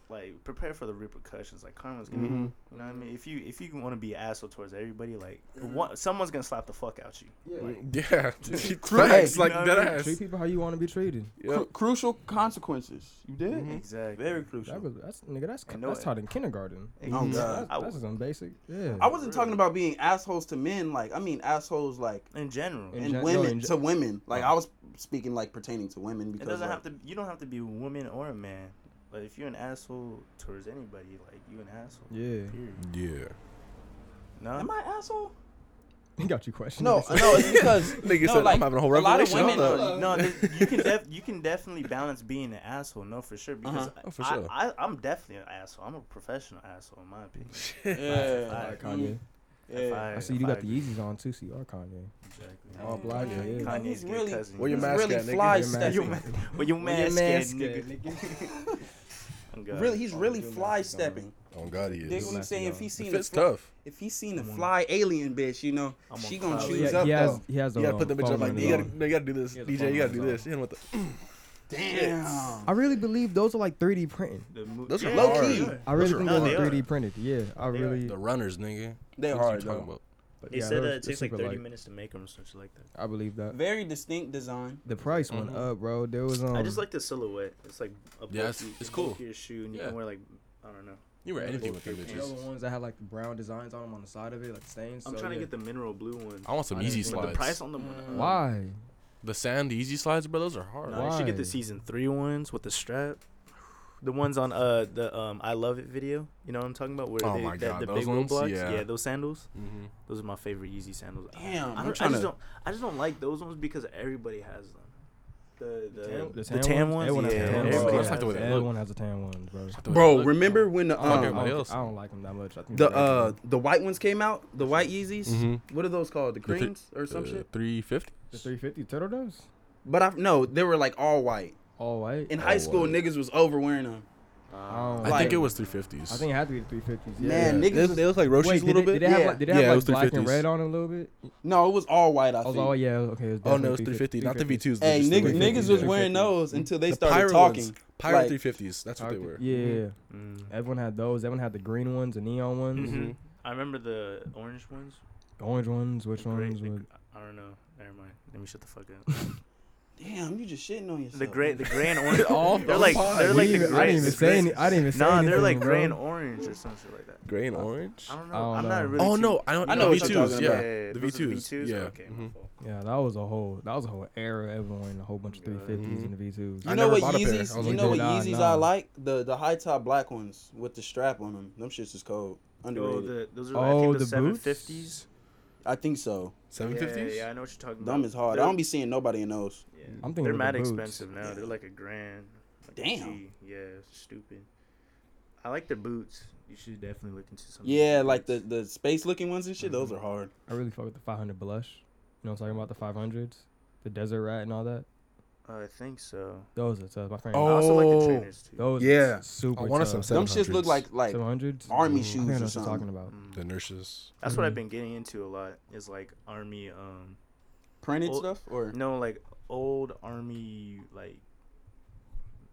Speaker 1: like prepare for the repercussions. Like karma's gonna, be, you
Speaker 2: Mm-hmm.
Speaker 1: know what I mean. If you if you want to be an asshole towards everybody, like one, someone's gonna slap the fuck out you.
Speaker 2: (laughs) Yeah. Facts like
Speaker 1: You know
Speaker 2: that
Speaker 1: what I mean?
Speaker 2: ass.
Speaker 3: Treat people how you want to be treated.
Speaker 4: Cru- crucial consequences. You did?
Speaker 2: Mm-hmm.
Speaker 1: Exactly.
Speaker 4: Very
Speaker 3: That
Speaker 4: crucial.
Speaker 3: was that's nigga. That's
Speaker 1: And no-
Speaker 3: that's taught in kindergarten.
Speaker 4: Oh,
Speaker 1: Exactly.
Speaker 4: God.
Speaker 1: I-
Speaker 3: That's, that's some basic. Yeah.
Speaker 4: I wasn't talking about being assholes to men. Like I mean assholes like
Speaker 1: in general,
Speaker 3: In
Speaker 4: and
Speaker 3: gen- no,
Speaker 4: women
Speaker 3: in gen- uh-huh.
Speaker 4: to women. Like I was speaking like pertaining to women
Speaker 1: it
Speaker 4: because
Speaker 1: doesn't
Speaker 4: like,
Speaker 1: have to. You don't have to be a woman or a man. But if you're an asshole towards anybody, like you an asshole.
Speaker 3: Yeah.
Speaker 1: Period.
Speaker 2: Yeah. Mm-hmm.
Speaker 1: No.
Speaker 4: Am I an asshole?
Speaker 3: He got you questioned.
Speaker 4: No,
Speaker 3: (laughs)
Speaker 4: no, it's because
Speaker 2: (laughs) Nigga
Speaker 4: no,
Speaker 2: said
Speaker 4: like,
Speaker 2: I'm having a whole
Speaker 4: a lot of
Speaker 2: revelation. (laughs) Hold
Speaker 4: women are-
Speaker 2: up.
Speaker 1: no, th- you
Speaker 2: (laughs)
Speaker 1: can def- you can definitely balance being an asshole. No, for sure. Because
Speaker 4: Uh-huh.
Speaker 2: Oh, for
Speaker 1: I,
Speaker 2: sure.
Speaker 1: I, I'm definitely an asshole. I'm a professional asshole in my opinion.
Speaker 4: Yeah.
Speaker 1: Alright,
Speaker 3: Kanye.
Speaker 1: If
Speaker 4: Yeah.
Speaker 1: I,
Speaker 3: I see
Speaker 1: if
Speaker 3: you
Speaker 1: I-
Speaker 3: got the Oh, Yeezys on too. So you are Kanye.
Speaker 1: Exactly.
Speaker 3: All black. Yeah.
Speaker 2: Kanye.
Speaker 3: yeah.
Speaker 1: Kanye's
Speaker 4: He's
Speaker 1: good
Speaker 4: really-
Speaker 1: cousin.
Speaker 2: Where your
Speaker 1: He's
Speaker 2: mask
Speaker 4: really
Speaker 2: at, nigga?
Speaker 4: fly
Speaker 3: Your
Speaker 4: stepping.
Speaker 3: mask
Speaker 1: Your ma- Well, your
Speaker 3: Well, your
Speaker 1: mask,
Speaker 3: mask
Speaker 1: nigga. (laughs) I'm good.
Speaker 4: Really, he's
Speaker 1: Oh,
Speaker 4: really
Speaker 1: your mask
Speaker 4: fly
Speaker 1: is gone.
Speaker 4: stepping.
Speaker 2: On Oh, God, he
Speaker 4: Dig what
Speaker 2: is.
Speaker 4: I'm
Speaker 1: mask is
Speaker 4: saying? If
Speaker 1: gone.
Speaker 4: he seen a
Speaker 2: It's
Speaker 4: fly,
Speaker 2: tough.
Speaker 4: if he seen a fly alien bitch, you know,
Speaker 1: I'm
Speaker 4: she
Speaker 1: on
Speaker 4: gonna
Speaker 1: cloud
Speaker 4: choose
Speaker 1: eight.
Speaker 4: up
Speaker 3: He has
Speaker 4: though.
Speaker 3: he has a.
Speaker 2: You gotta
Speaker 3: um,
Speaker 2: put them bitch
Speaker 3: phone
Speaker 2: up like
Speaker 3: on
Speaker 2: you
Speaker 3: his
Speaker 2: gotta,
Speaker 3: arm.
Speaker 2: no, you gotta do this,
Speaker 1: He has a
Speaker 2: DJ.
Speaker 1: phone
Speaker 2: You
Speaker 1: on
Speaker 2: gotta
Speaker 1: his
Speaker 2: do
Speaker 1: arm.
Speaker 2: this. Hit him with the.
Speaker 4: Damn.
Speaker 3: I really believe those are like 3D printing.
Speaker 1: The mo-
Speaker 2: Those are
Speaker 1: yeah,
Speaker 4: low
Speaker 1: they
Speaker 4: key.
Speaker 1: are.
Speaker 3: I really
Speaker 2: are
Speaker 3: think
Speaker 1: hard.
Speaker 3: those
Speaker 1: They
Speaker 3: are
Speaker 1: are.
Speaker 3: 3D printed. Yeah, I
Speaker 1: They are.
Speaker 3: really.
Speaker 2: The runners, nigga.
Speaker 4: They
Speaker 2: What you
Speaker 4: hard
Speaker 2: talking
Speaker 4: though.
Speaker 2: about?
Speaker 1: He
Speaker 3: yeah,
Speaker 1: said
Speaker 3: those-
Speaker 1: that it
Speaker 3: they're
Speaker 1: takes like
Speaker 3: super
Speaker 1: 30
Speaker 3: light.
Speaker 1: minutes to make them or something like that.
Speaker 3: I believe that.
Speaker 4: Very distinct design.
Speaker 3: The price went up, bro. There was um.
Speaker 1: I just like the silhouette. It's like a bulky,
Speaker 2: Yeah, it's- it's cool.
Speaker 1: bulkier shoe, and you
Speaker 2: Yeah.
Speaker 1: can wear like I don't know.
Speaker 2: You were anything with them
Speaker 3: the
Speaker 2: bitches.
Speaker 3: other ones that had like the brown designs on them on the side of it, like stains.
Speaker 1: I'm
Speaker 3: so,
Speaker 1: trying to
Speaker 3: yeah.
Speaker 1: get the um, mineral blue one.
Speaker 2: I want some
Speaker 3: I didn't
Speaker 2: easy
Speaker 3: think
Speaker 1: But
Speaker 2: slides.
Speaker 1: the price on the uh,
Speaker 3: Why?
Speaker 2: The sand, the easy slides, bro. Those are hard.
Speaker 1: No, you should get
Speaker 3: Why?
Speaker 1: the season three ones with the strap. The ones on uh the um I love it video. You know what I'm talking about? Where
Speaker 2: Oh
Speaker 1: they,
Speaker 2: my
Speaker 1: that-
Speaker 2: God,
Speaker 1: the
Speaker 2: those
Speaker 1: big wheel
Speaker 2: ones?
Speaker 1: blocks.
Speaker 2: Yeah.
Speaker 1: yeah, those sandals.
Speaker 2: Mm-hmm.
Speaker 1: Those are my favorite Yeezy sandals. I- I,
Speaker 4: Damn, I'm
Speaker 1: don't, I
Speaker 4: tryna-
Speaker 1: just don't. I just don't like those ones because everybody has them. The the,
Speaker 3: Tam-
Speaker 1: the,
Speaker 3: the
Speaker 1: tan,
Speaker 3: tan ones?
Speaker 1: ones.
Speaker 3: Everyone
Speaker 1: Yeah,
Speaker 3: has tan ones.
Speaker 1: everybody
Speaker 2: Bro,
Speaker 1: has
Speaker 2: that's like the way
Speaker 1: them.
Speaker 2: they look.
Speaker 3: Everyone has a tan one, bro.
Speaker 4: Bro, remember when the
Speaker 2: I don't
Speaker 4: um,
Speaker 2: give
Speaker 3: I
Speaker 2: Everybody
Speaker 3: don't,
Speaker 2: else.
Speaker 3: I don't like them that much. I think
Speaker 4: the
Speaker 3: they're ugly.
Speaker 4: uh the white ones came out? The white Yeezys?
Speaker 2: Mhm.
Speaker 4: What are those called? The
Speaker 2: The thi-
Speaker 4: creams or some shit?
Speaker 2: Three fifty.
Speaker 3: the 350 turtle doves,
Speaker 4: But I no, they were like all white.
Speaker 3: all white.
Speaker 4: In high
Speaker 2: All
Speaker 4: school,
Speaker 2: white.
Speaker 4: niggas was over wearing them.
Speaker 1: Um,
Speaker 2: I
Speaker 4: Like-
Speaker 2: think it was three fifties.
Speaker 3: I think it had to be the 350s. Yeah.
Speaker 4: Man, niggas
Speaker 2: they,
Speaker 4: was-
Speaker 2: they look like
Speaker 3: Wait,
Speaker 2: Roshi's
Speaker 3: did
Speaker 2: a little
Speaker 3: they,
Speaker 2: bit.
Speaker 3: Did they have
Speaker 4: Yeah.
Speaker 3: like, did they
Speaker 2: Yeah,
Speaker 3: have
Speaker 2: it
Speaker 3: like
Speaker 2: was
Speaker 3: black and
Speaker 2: 350s.
Speaker 3: red on it a little bit?
Speaker 4: No, it was all white. I
Speaker 3: I was
Speaker 4: think.
Speaker 3: all yeah. Okay. It was
Speaker 2: oh no, it was three
Speaker 3: definitely
Speaker 2: fifty, not the V
Speaker 3: 350.
Speaker 2: twos.
Speaker 4: Hey, nigga,
Speaker 3: the
Speaker 4: niggas was
Speaker 3: 350s.
Speaker 4: wearing those until they
Speaker 2: the
Speaker 4: started
Speaker 2: pyro
Speaker 4: talking.
Speaker 2: ones. Pyro
Speaker 4: Like-
Speaker 2: three fifties. That's what they were. Mm-hmm.
Speaker 3: Yeah,
Speaker 1: mm.
Speaker 3: everyone had those. Everyone had the green ones, the neon ones,
Speaker 2: Mm-hmm.
Speaker 1: Mhm. I remember the orange ones.
Speaker 3: the orange ones. Which
Speaker 1: The gray-
Speaker 3: ones
Speaker 1: the
Speaker 3: would?
Speaker 1: gr- I don't know. Never mind. Let me shut the fuck up.
Speaker 4: Damn, you just shitting on yourself.
Speaker 1: The gray, the gray and
Speaker 3: (laughs)
Speaker 2: All
Speaker 1: orange. they're like
Speaker 2: fine.
Speaker 1: they're
Speaker 3: We
Speaker 1: like the
Speaker 3: didn't even- I
Speaker 1: gray.
Speaker 3: didn't even
Speaker 1: the
Speaker 3: say
Speaker 1: gray-
Speaker 3: any. I didn't even say
Speaker 1: Nah, they're like
Speaker 3: anything, bro.
Speaker 1: gray and orange or something like that.
Speaker 2: Gray and orange.
Speaker 1: I don't know.
Speaker 3: I don't
Speaker 1: I'm
Speaker 3: know.
Speaker 1: not really.
Speaker 2: oh
Speaker 1: too-
Speaker 2: no, I don't.
Speaker 4: I
Speaker 2: I
Speaker 4: know
Speaker 2: know
Speaker 4: what
Speaker 2: V
Speaker 4: you're
Speaker 2: twos.
Speaker 4: talking
Speaker 2: Yeah,
Speaker 4: about.
Speaker 2: the V
Speaker 1: those are V2s?
Speaker 2: twos. Yeah.
Speaker 1: Okay. my
Speaker 2: Mhm.
Speaker 1: fault.
Speaker 3: Yeah, that was a whole that was a whole era. Everyone in a whole bunch of
Speaker 1: Yeah.
Speaker 3: 350s
Speaker 2: mm-hmm.
Speaker 3: and the V2s.
Speaker 4: You
Speaker 2: I
Speaker 4: know
Speaker 2: never
Speaker 4: what
Speaker 2: bought a pair. I
Speaker 4: Yeezys?
Speaker 2: was
Speaker 4: You
Speaker 2: like,
Speaker 4: know what
Speaker 3: dude, nah,
Speaker 4: Yeezys
Speaker 3: nah.
Speaker 4: I like? The the high top black ones with the strap on them. Them shits is cold.
Speaker 1: Yo,
Speaker 4: Underrated.
Speaker 1: the, those are I
Speaker 3: Oh,
Speaker 1: think
Speaker 3: the
Speaker 1: the seven
Speaker 3: boots?
Speaker 1: fifties.
Speaker 4: I think so.
Speaker 2: Seven
Speaker 1: Yeah,
Speaker 2: fifties.
Speaker 1: yeah, I know what you're talking about.
Speaker 4: Dumb is hard.
Speaker 1: They're,
Speaker 4: I don't be seeing nobody in those.
Speaker 1: Yeah.
Speaker 3: I'm thinking
Speaker 1: they're
Speaker 3: of the
Speaker 1: mad
Speaker 3: boots.
Speaker 1: expensive now. They're like a grand. Like a
Speaker 4: Damn.
Speaker 1: G. Yeah, it's stupid. I like the boots. You should definitely look into some.
Speaker 4: Yeah, like the the space looking ones and shit. Those
Speaker 2: Mm-hmm.
Speaker 4: are hard.
Speaker 3: I really fuck with the 500 blush. You know what I'm talking about? The 500s, the desert rat and all that.
Speaker 1: I think so.
Speaker 3: Those are tough. My friend.
Speaker 1: I also like
Speaker 2: Oh.
Speaker 1: the trainers too.
Speaker 3: those
Speaker 2: Yeah.
Speaker 3: are super.
Speaker 2: I wanted some
Speaker 3: tough.
Speaker 4: Them shits look
Speaker 2: 700s.
Speaker 4: like like
Speaker 3: 700s?
Speaker 4: army
Speaker 3: Ooh,
Speaker 4: shoes
Speaker 3: I think I know
Speaker 4: or
Speaker 3: what you're
Speaker 4: something.
Speaker 3: talking about.
Speaker 1: Mm.
Speaker 2: the nurses.
Speaker 1: That's what I've been getting into a lot. Is like army, um,
Speaker 4: printed
Speaker 1: Well,
Speaker 4: stuff or
Speaker 1: no, like old army, like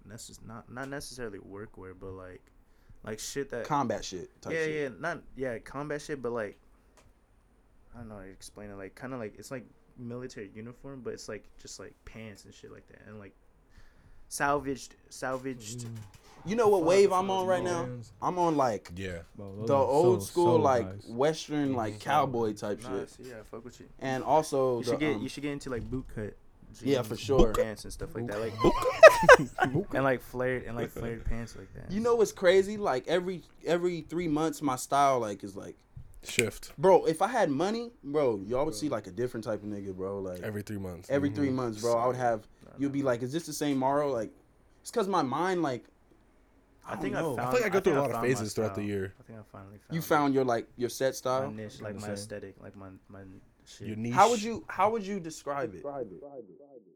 Speaker 1: necess- not not necessarily workwear, but like like shit that
Speaker 4: combat shit. Type
Speaker 1: yeah
Speaker 4: shit.
Speaker 1: yeah not yeah combat shit, but like I don't know how to explain it. Like kind of like it's like military uniform, but it's like just like pants and shit like that, and like salvaged salvaged.
Speaker 4: You know what
Speaker 1: Fuck,
Speaker 4: wave
Speaker 1: that's
Speaker 4: I'm
Speaker 1: what
Speaker 4: on
Speaker 1: it's
Speaker 4: right now?
Speaker 1: called.
Speaker 4: I'm on like
Speaker 2: Yeah.
Speaker 3: Bro, those
Speaker 4: the
Speaker 3: are so,
Speaker 4: old school
Speaker 3: so
Speaker 4: like
Speaker 3: nice.
Speaker 4: western like cowboy type
Speaker 1: Nah,
Speaker 4: shit.
Speaker 1: see, yeah, I fuck with you.
Speaker 4: And also
Speaker 1: You
Speaker 4: the,
Speaker 1: should get
Speaker 4: um,
Speaker 1: you should get into like boot cut.
Speaker 4: Yeah, for
Speaker 1: jeans,
Speaker 4: sure.
Speaker 1: Pants and stuff like that, like (laughs) and like flared and like flared pants like that.
Speaker 4: You know what's crazy? Like every every three months, my style like is like,
Speaker 2: Shift
Speaker 4: bro. If I had money, bro, y'all would see like a different type of nigga, bro. Like every,
Speaker 2: every three months.
Speaker 4: three
Speaker 2: Mhm.
Speaker 4: months, bro, I would have. You'd be like, is this the same Morrow? Like, it's cause my mind like. I,
Speaker 1: I think I
Speaker 4: know.
Speaker 1: found.
Speaker 2: I feel like I go through
Speaker 1: a
Speaker 2: a lot of phases throughout the year.
Speaker 1: I think I finally found.
Speaker 4: you
Speaker 1: it.
Speaker 4: found your like your
Speaker 1: my
Speaker 4: set style.
Speaker 1: niche, like
Speaker 3: I'm
Speaker 1: my
Speaker 3: saying.
Speaker 1: aesthetic, like my my shit.
Speaker 2: Your niche.
Speaker 4: How would you how would you describe it?